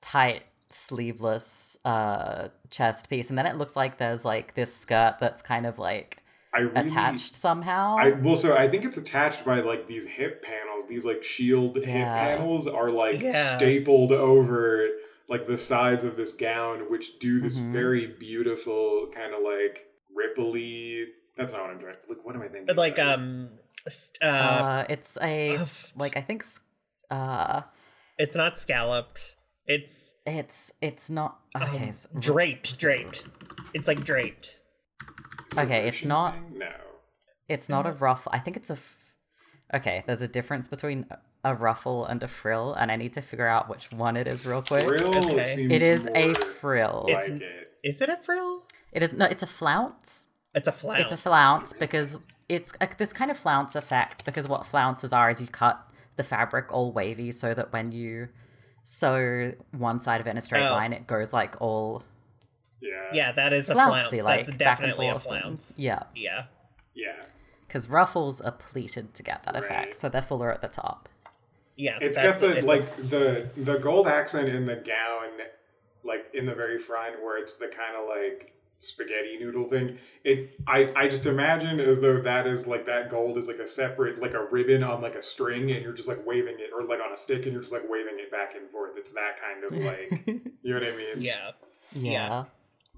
A: tight sleeveless uh chest piece and then it looks like there's like this skirt that's kind of like
B: <laughs> I really,
A: attached somehow.
B: I uh, well, so I think it's attached by like these hip panels. These like shield hip
A: Yeah.
B: panels are like
C: Yeah.
B: stapled over like the sides of this gown, which do this
A: Mhm.
B: very beautiful kind of like ripply. That's not what I'm trying. Like, what am I thinking?
C: But, like
B: about?
C: um, s-
A: uh,
C: uh,
A: it's a s-
C: uh,
A: like I think s- uh
C: it's not scalloped. It's
A: it's it's not okay.
C: um,
A: s-
C: draped, draped. It's like draped.
B: Is it a
A: okay, it's
B: ruching
A: not-
B: thing? No.
A: It's not a ruffle. I think it's a. F- okay, there's a difference between a ruffle and a frill, and I need to figure out which one it is real quick.
B: Frill
C: Okay.
B: seems
A: It is
B: more
A: a frill.
B: like
C: It's-
B: it.
C: Is it a frill?
A: It is no. It's a flounce.
C: It's a flounce.
A: It's a flounce because it's a, this kind of flounce effect. Because what flounces are is you cut the fabric all wavy so that when you sew one side of it in a straight
C: Oh.
A: line, it goes like all
B: Yeah.
C: Yeah, that is a flounce.
A: flouncy, like
C: That's
A: back and
C: definitely a
A: forth and-
C: flounce.
A: Yeah,
C: Yeah.
B: Yeah.
A: because ruffles are pleated to get that
B: Right.
A: effect, so they're fuller at the top.
C: Yeah.
B: It's
C: that's-
B: got the
C: it's a-
B: like the the gold accent in the gown, like in the very front where it's the kind of like spaghetti noodle thing. It I I just imagine as though that is like that gold is like a separate like a ribbon on like a string and you're just like waving it or like on a stick and you're just like waving it back and forth. It's that kind of
A: <laughs>
B: like you know what I mean?
C: yeah.
A: Yeah.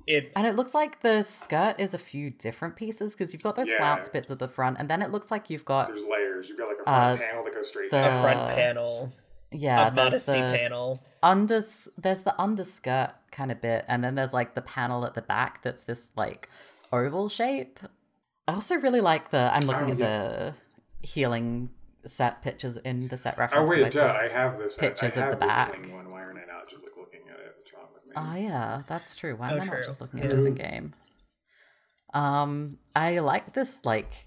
C: It's
A: And it looks like the skirt is a few different pieces because you've got those
B: Yeah.
A: flounce bits at the front, and then it looks like you've got
B: There's layers. You've got like a front
A: Uh,
B: panel that goes straight.
A: the-
B: down.
C: a front
A: uh,
C: panel,
A: yeah,
C: a
A: there's
C: modesty
A: the
C: panel.
A: under there's the underskirt kind of bit, and then there's like the panel at the back that's this like oval shape. I also really like the I'm looking
B: Oh,
A: at the healing set pictures in the set
B: Oh
A: reference. 'cause I
B: wait, duh,
A: took-
B: I have this. I-
A: pictures
B: I
A: of
B: have
A: the back.
B: healing One. Why aren't I not just like looking at it? What's wrong with me?
A: Oh yeah, that's true. Why
C: Oh,
A: am I
C: true.
A: not just looking at this in
B: True.
A: game? Um, I like this like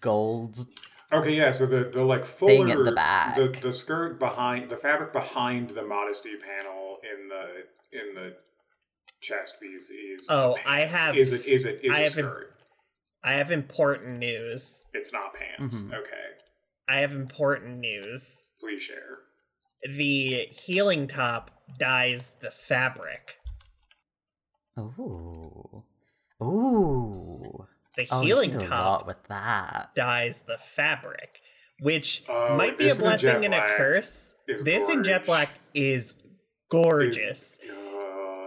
A: gold
B: Okay, yeah. So the the like fuller
A: Thing at the back.
B: the the skirt behind the fabric behind the modesty panel in the in the chest piece is
C: Oh, I
B: pants.
C: have-
B: is it is it is
C: I
B: a
C: have im-
B: skirt?
C: I have important news.
B: It's not pants.
A: Mhm.
B: Okay,
C: I have important news.
B: please share.
C: The healing top dyes the fabric.
A: Ooh. Ooh.
C: The
A: Oh, you
C: healing
A: can do a
C: top
A: lot with that.
C: dyes the fabric, which
B: Oh,
C: might be a
B: this in a jet
C: blessing and a
B: black
C: curse.
B: is
C: This in Jet
B: gorge.
C: Black is gorgeous.
B: Uh,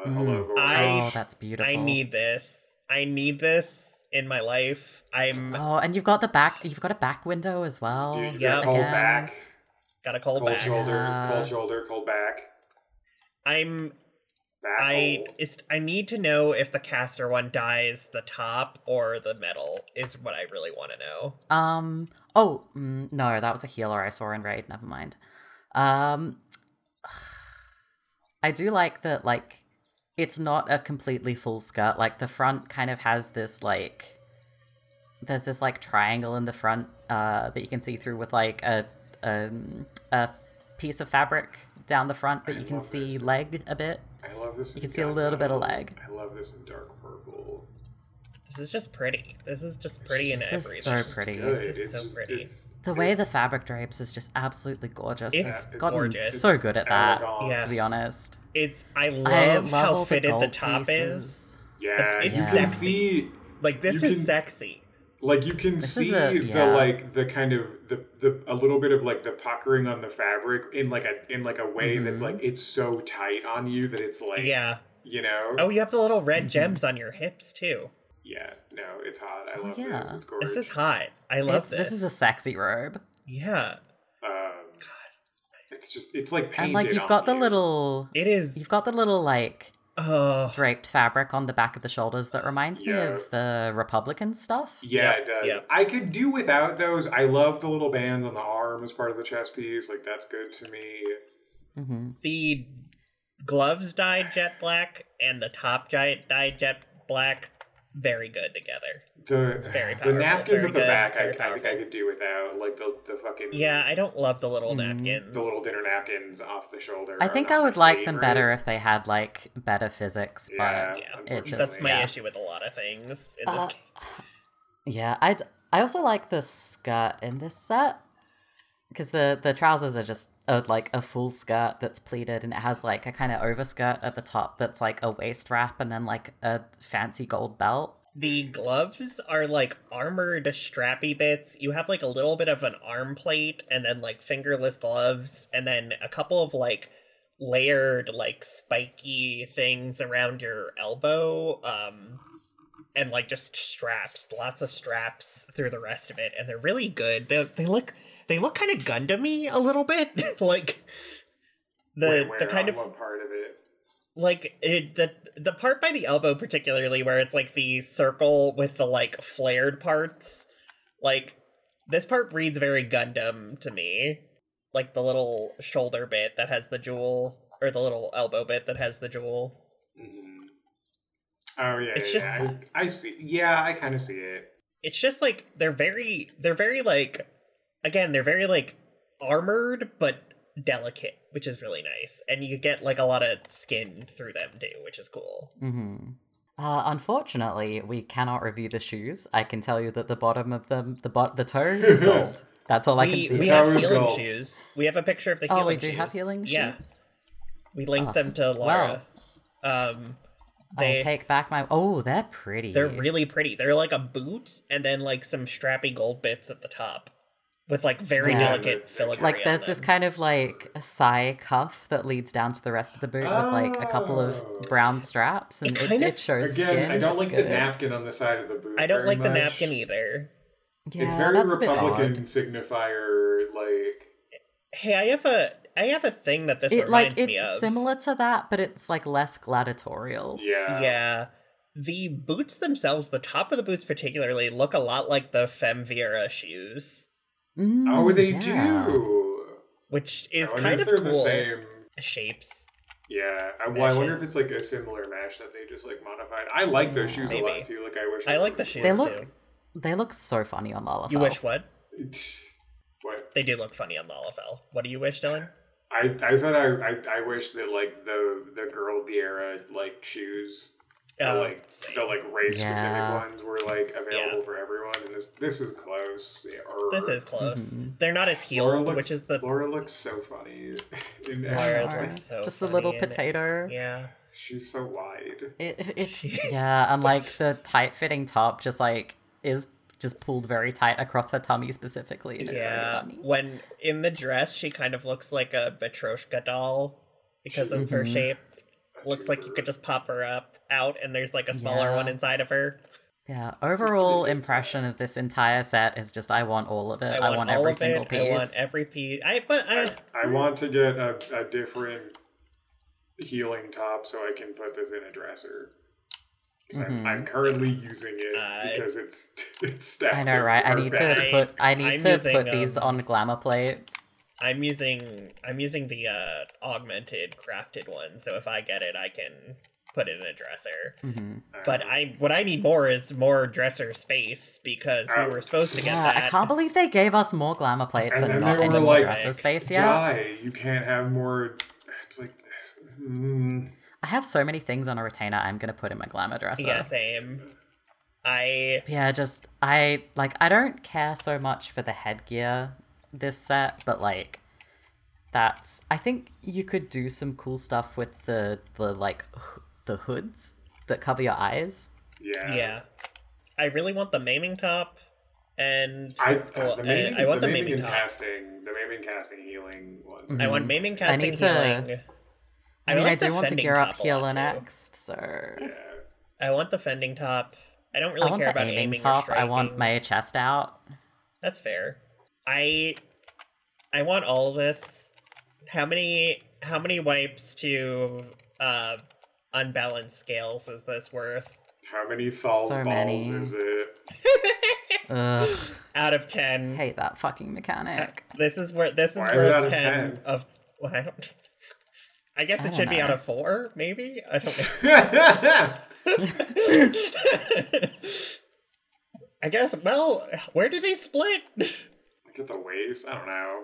B: hello,
A: Mm.
B: Gorge.
C: I-
A: oh, that's beautiful.
C: I need this. I need this in my life. I'm
A: Oh, and you've got the back. You've got a back window as well.
B: Dude, you
C: yeah.
B: got cold
A: Oh, Again.
B: back,
C: got a cold
B: cold
C: back.
B: shoulder,
A: Yeah.
B: cold shoulder, cold back,
C: I'm
B: back
C: I
B: hole.
C: it's I need to know if the caster one dies the top or the metal is what I really want to know.
A: Um. Oh mm, no, that was a healer I saw in raid. Never mind. Um. <sighs> I do like that. Like, it's not a completely full skirt. Like the front kind of has this like. There's this like triangle in the front uh, that you can see through with like a um, a piece of fabric down the front, but
B: I
A: you can
B: love
A: see
B: this.
A: leg a bit.
B: I love this.
A: You
B: in
A: can see a
B: gun
A: little bit of
B: metal.
A: leg.
B: I love this in dark purple.
C: This is just pretty. This is just pretty in
A: This is
C: everything.
A: so pretty.
B: Good.
C: This is
B: It's
C: so
B: just-
C: pretty.
B: it's-
A: The way the
B: it's-
A: fabric drapes is just absolutely gorgeous.
C: It's
A: It's,
B: Yeah,
A: gotten
C: gorgeous.
A: so good at that.
B: elegant.
C: Yeah.
A: To be
C: Yes.
A: honest,
C: It's I love,
A: I love
C: how
A: all
C: fitted the,
A: gold
C: top is.
A: pieces.
B: Yeah,
C: It's
B: you
A: sexy.
B: can see
C: Like this
B: You
C: is
B: can-
C: sexy.
B: like you can
A: This is
B: see
A: a- yeah.
B: the like the kind of the, the a little bit of like the puckering on the fabric in like a in like a way that's
A: Mhm.
B: like it's so tight on you that it's like
C: Yeah.
B: you know
C: Oh, you have the little red
A: Mhm.
C: gems on your hips too.
B: yeah no it's hot I
A: Oh,
B: love
A: yeah.
B: this it's gorgeous
C: This is hot. I love
A: It's-
C: this.
A: is a sexy robe,
C: yeah.
B: um, it's just it's like painted
A: and like you've
B: on
A: got the
B: you.
A: little,
C: It is.
A: you've got the little like
C: Oh,
A: draped fabric on the back of the shoulders that reminds me
B: Yeah.
A: of the Republican stuff.
B: Yeah,
C: Yep,
B: it does.
C: yep.
B: I could do without those. I love the little bands on the arm as part of the chest piece. Like that's good to me.
A: hmm
C: the gloves dyed jet black and the top giant dyed jet black. Very good together.
B: The
C: Very
B: the
C: powerful,
B: napkins
C: very
B: at the
C: good,
B: back, I,
C: very
B: I think I
C: powerful.
B: could do without. Like the the fucking
C: Yeah, I don't love the little
A: Mhm.
C: napkins.
B: the little dinner napkins off the shoulder.
A: I
B: are
A: think
B: not
A: I would
B: my
A: like them
B: favorite.
A: better if they had like better physics,
B: Yeah,
A: but
C: Yeah.
B: unfortunately.
C: That's my
A: yeah.
C: issue with a lot of things in this
A: Uh,
C: game.
A: yeah, I I also like the skirt in this set because the the trousers are just uh, like a full skirt that's pleated and it has like a kind of overskirt at the top that's like a waist wrap and then like a fancy gold belt.
C: The gloves are like armored strappy bits. You have like a little bit of an arm plate and then like fingerless gloves and then a couple of like layered like spiky things around your elbow um and like just straps, lots of straps through the rest of it and they're really good. They they look they look kind of Gundamy a little bit <laughs> like the
B: Wait, where,
C: the kind
B: on
C: of
B: what part of it.
C: like it, the the part by the elbow particularly where it's like the circle with the like flared parts like this part reads very gundam to me like the little shoulder bit that has the jewel or the little elbow bit that has the jewel
B: Mhm. Oh yeah, yeah,
C: It's just-
B: yeah. I, I see. Yeah, I kind of see it.
C: it's just like they're very they're very like again they're very like armored but delicate which is really nice and you get like a lot of skin through them too which is cool
A: Mm-hmm. Uh, unfortunately, we cannot review the shoes. I can tell you that the bottom of them, the bo- the toe
C: <laughs>
A: is gold. That's all I
C: we,
A: can
C: we
A: see.
B: That
C: have
B: was
C: healing
B: gold.
C: shoes. We have a picture of the healing
A: oh, we do
C: shoes.
A: have healing shoes.
C: Yeah, we linked
A: Oh,
C: them to Laura. Um,
A: I
C: they
A: take back my. Oh, they're pretty.
C: they're really pretty. They're like a boot and then like some strappy gold bits at the top, with like very
A: Yeah.
C: delicate
B: They're- they're
C: filigree.
A: like there's
C: on
A: this
C: them.
A: kind of like thigh cuff that leads down to the rest of the boot with like a couple of
B: Oh.
A: brown straps and
C: It
A: it,
C: kind
A: it
C: of-
A: shows
B: Again,
A: skin.
B: I don't
A: It's
B: like
A: good.
B: the napkin on the side of the boot.
C: I don't
B: very
C: like the
B: much.
C: napkin either.
A: Yeah,
B: it's very
A: that's A
B: Republican
A: bit
B: signifier. Like
C: Hey, I have a I have a thing that this
A: odd. It like
C: reminds me
A: it's
C: of.
A: similar to that, but it's like less gladiatorial.
B: yeah,
C: yeah. The boots themselves, the top of the boots particularly, look a lot like the Femme Viera shoes,
A: Mm,
B: Oh, they
A: yeah.
B: do.
C: which
B: I
C: is
B: wonder
C: kind
B: if
C: of
B: they're
C: cool
B: the same.
C: shapes.
B: Yeah, I, well, I wonder if it's
C: Meshes.
B: like a similar mesh that they just like modified. I like those shoes a
C: Maybe.
B: lot too. Like I wish
C: I like
B: could-
C: the shoes
A: They look-
C: too.
A: They look so funny on Lollapalooza.
C: You wish what?
B: <laughs> What
C: They do look funny on Lalafell. What do you wish, Dylan?
B: I I said I, I I wish that like the the girl Viera like shoes the
C: Oh,
B: like
C: same.
B: the like race
A: Yeah.
B: specific ones were like available
C: Yeah.
B: for everyone and this this is close. Yeah, or-
C: this is close.
A: Mhm.
C: They're not as
B: Laura
C: healed,
B: looks,
C: which is the
B: Laura looks so funny. in
C: Laura
B: everything.
C: looks so
A: just the little
C: funny in it.
A: potato.
C: yeah.
B: She's so wide.
A: It, it's yeah, and like the tight fitting top just like is just pulled very tight across her tummy specifically. and It's really
C: yeah.
A: funny.
C: When in the dress, she kind of looks like a Matryoshka doll because of her
A: Mhm.
C: shape. Looks like you could just pop her up out, and there's like a smaller
A: Yeah.
C: one inside of her.
A: Yeah. Overall
B: good
A: impression of this entire set is just I want all of it. Uh, I want,
C: all
A: every
C: of
A: single
C: it.
A: piece.
C: I want every piece. I but I,
B: I, I want to get a, a different healing top so I can put this in a dresser. 'Cause I'm,
A: Mhm.
B: I'm currently using it
C: I-
B: because it's <laughs> it's stacks.
A: I know,
B: up
A: right? I
B: our
A: need to
B: back.
A: put I
C: I'm
A: need to
C: using,
A: put these
C: um,
A: on glamour plates.
C: I'm using I'm using the uh, augmented crafted one. So if I get it, I can put it in a dresser.
A: hmm
C: But I what I need more is more dresser space because we
B: Oh,
C: were supposed to get
A: Yeah,
C: that.
A: I can't believe they gave us more glamour plates
B: And
A: and,
B: then
A: not
B: they
A: any
B: were
A: more
B: like,
A: dresser space yet.
B: die. You can't have more. It's like. mm,
A: I have so many things on a retainer I'm gonna put in my glamour dresser.
C: yeah, same. I
A: Yeah, just I like I don't care so much for the headgear this set, but like that's I think you could do some cool stuff with the the like h- the hoods that cover your eyes.
B: yeah.
C: yeah, I really want the maiming top, and
B: I, uh,
C: Well,
B: the maiming,
C: I- I want
B: the
C: the
B: maiming
C: maiming
B: and
C: top. Mm-hmm.
B: casting, the maiming casting healing ones.
C: I
A: Mhm.
C: want maiming casting
A: need to-
C: healing.
A: I, mean,
C: like
A: I
C: the
A: do want to
C: fending
A: gear up
C: top a lot,
A: heal and
C: too.
A: next, so
B: Yeah.
C: I want the fending top. I don't really
A: I want
C: care
A: the
C: about
A: aiming,
C: aiming or
A: top. I want
C: striking.
A: my chest out.
C: That's fair. I I want all of this. How many how many wipes to uh unbalanced scales is this worth?
B: How many thal
A: So
B: balls
A: many.
B: is
A: <laughs>
B: it?
C: <sighs>
A: Ugh,
C: Out of ten.
A: hate that fucking mechanic.
C: This is where this is
B: Why is
C: where
B: it out of
C: ten of,
B: 10?
C: well, I don't. <laughs> I guess
A: I
C: it
A: don't
C: should be
A: know.
C: out of four, maybe. I don't. know. I guess. Well, where do they split? <laughs> You
B: Look at the waist. I don't know.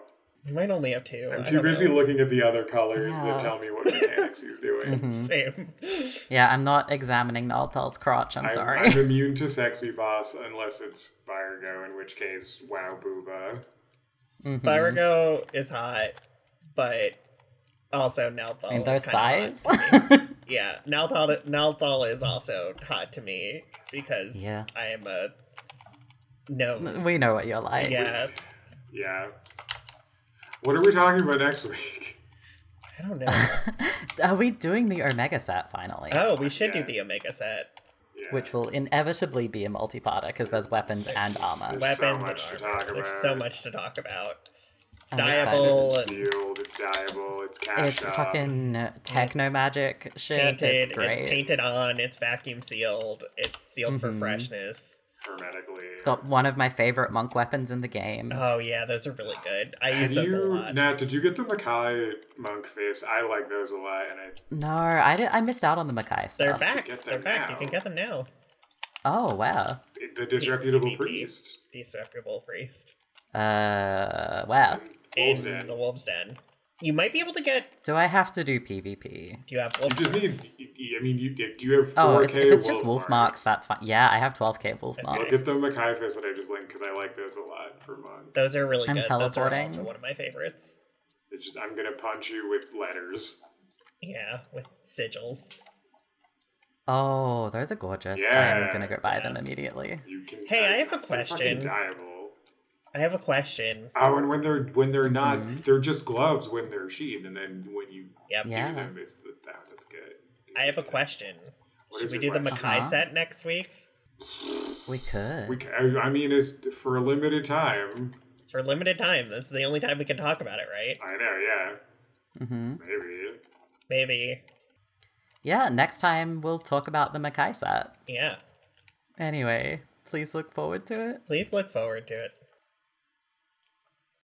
C: might only have two.
B: I'm
C: I
B: too
C: don't
B: busy
C: know.
B: looking at the other colors
A: Yeah.
B: that tell me what mechanics he's doing.
A: Mhm.
C: Same.
A: Yeah, I'm not examining Naltal's crotch. I'm
B: I'm,
A: sorry. <laughs>
B: I'm immune to sexy boss unless it's Virgo, in which case, wow, booba.
A: Mhm.
C: Virgo is hot, but also Nelthal.
A: I mean, those
C: is kinda
A: thighs.
C: hot.
A: <laughs>
C: Yeah, Nelthal. Nelthal is also hot to me because
A: Yeah.
C: I am a no.
A: we know what you're like.
C: Yeah,
B: Yeah. What are we talking about next week? <laughs>
C: I
A: <laughs>
C: don't know.
A: Are we doing the Omega set finally?
C: Oh, we should do
B: Yeah.
C: the Omega set.
B: Yeah.
A: Which will inevitably be a multi-parter because there's weapons and armor.
B: There's so
C: Weapons
B: much
C: and
B: to
C: armor.
B: talk
C: There's so
B: about.
C: much to talk about.
A: I'm
C: Diable
B: It's
C: and
B: sealed, it's diable, it's cash
A: It's
B: up.
A: fucking techno magic shit.
C: painted.
A: It's
C: It's,
A: great.
C: painted on. It's vacuum sealed. It's sealed for
A: Mhm.
C: freshness.
B: hermetically.
A: It's got one of my favorite monk weapons in the game.
C: Oh yeah, those are really good. I use
B: Have
C: those a
B: you
C: lot.
B: Nat, did you get the Makai monk face? I like those a lot and I
A: No, I, di- I missed out on the Makai
C: They're
A: stuff.
C: back.
B: get
C: They're
B: them
C: back. You
B: now.
C: can get them now.
A: Oh wow.
B: the disreputable
C: PvP.
B: priest.
C: Disreputable priest
A: Uh, wow.
B: Wolves
C: in
B: Den.
C: the wolves den. You might be able to get.
A: Do I have to do PvP?
C: Do you have
B: You
C: wolf?
B: just need. I mean, you, do you have 4K
A: Oh, if, if it's
B: wolf
A: just wolf marks, that's fine. Yeah, I have 12k wolf
C: Okay.
B: Look
A: marks.
B: at the Makai face that I just linked because I like those a lot for monk.
C: Those are really
A: I'm
C: good.
A: teleporting.
C: Those are also one of my favorites.
B: It's just I'm gonna punch you with letters.
C: Yeah, with sigils.
A: Oh, those are gorgeous.
B: Yeah.
A: I'm gonna go buy them
C: Yeah.
A: immediately.
B: You can.
C: Hey, I have a
B: they're fucking
C: question.
B: Diable.
C: I have a question.
B: Oh, and when they're when they're not,
A: Mhm.
B: they're just gloves when they're sheathed, and then when you
C: Yep.
A: Yeah.
B: do them, it's the, that, that's good.
C: I have a question.
B: What
C: Should
B: is
C: we do
B: your
C: the Makai
B: question?
A: Uh-huh.
C: set next week
A: We could.
B: We, ca- I I mean, it's for a limited time.
C: for limited time? That's the only time we can talk about it, right?
B: I know, yeah,
A: hmm
B: maybe.
C: Maybe.
A: Yeah, next time we'll talk about the Makai set.
C: Yeah.
A: Anyway, please look forward to it.
C: Please look forward to it.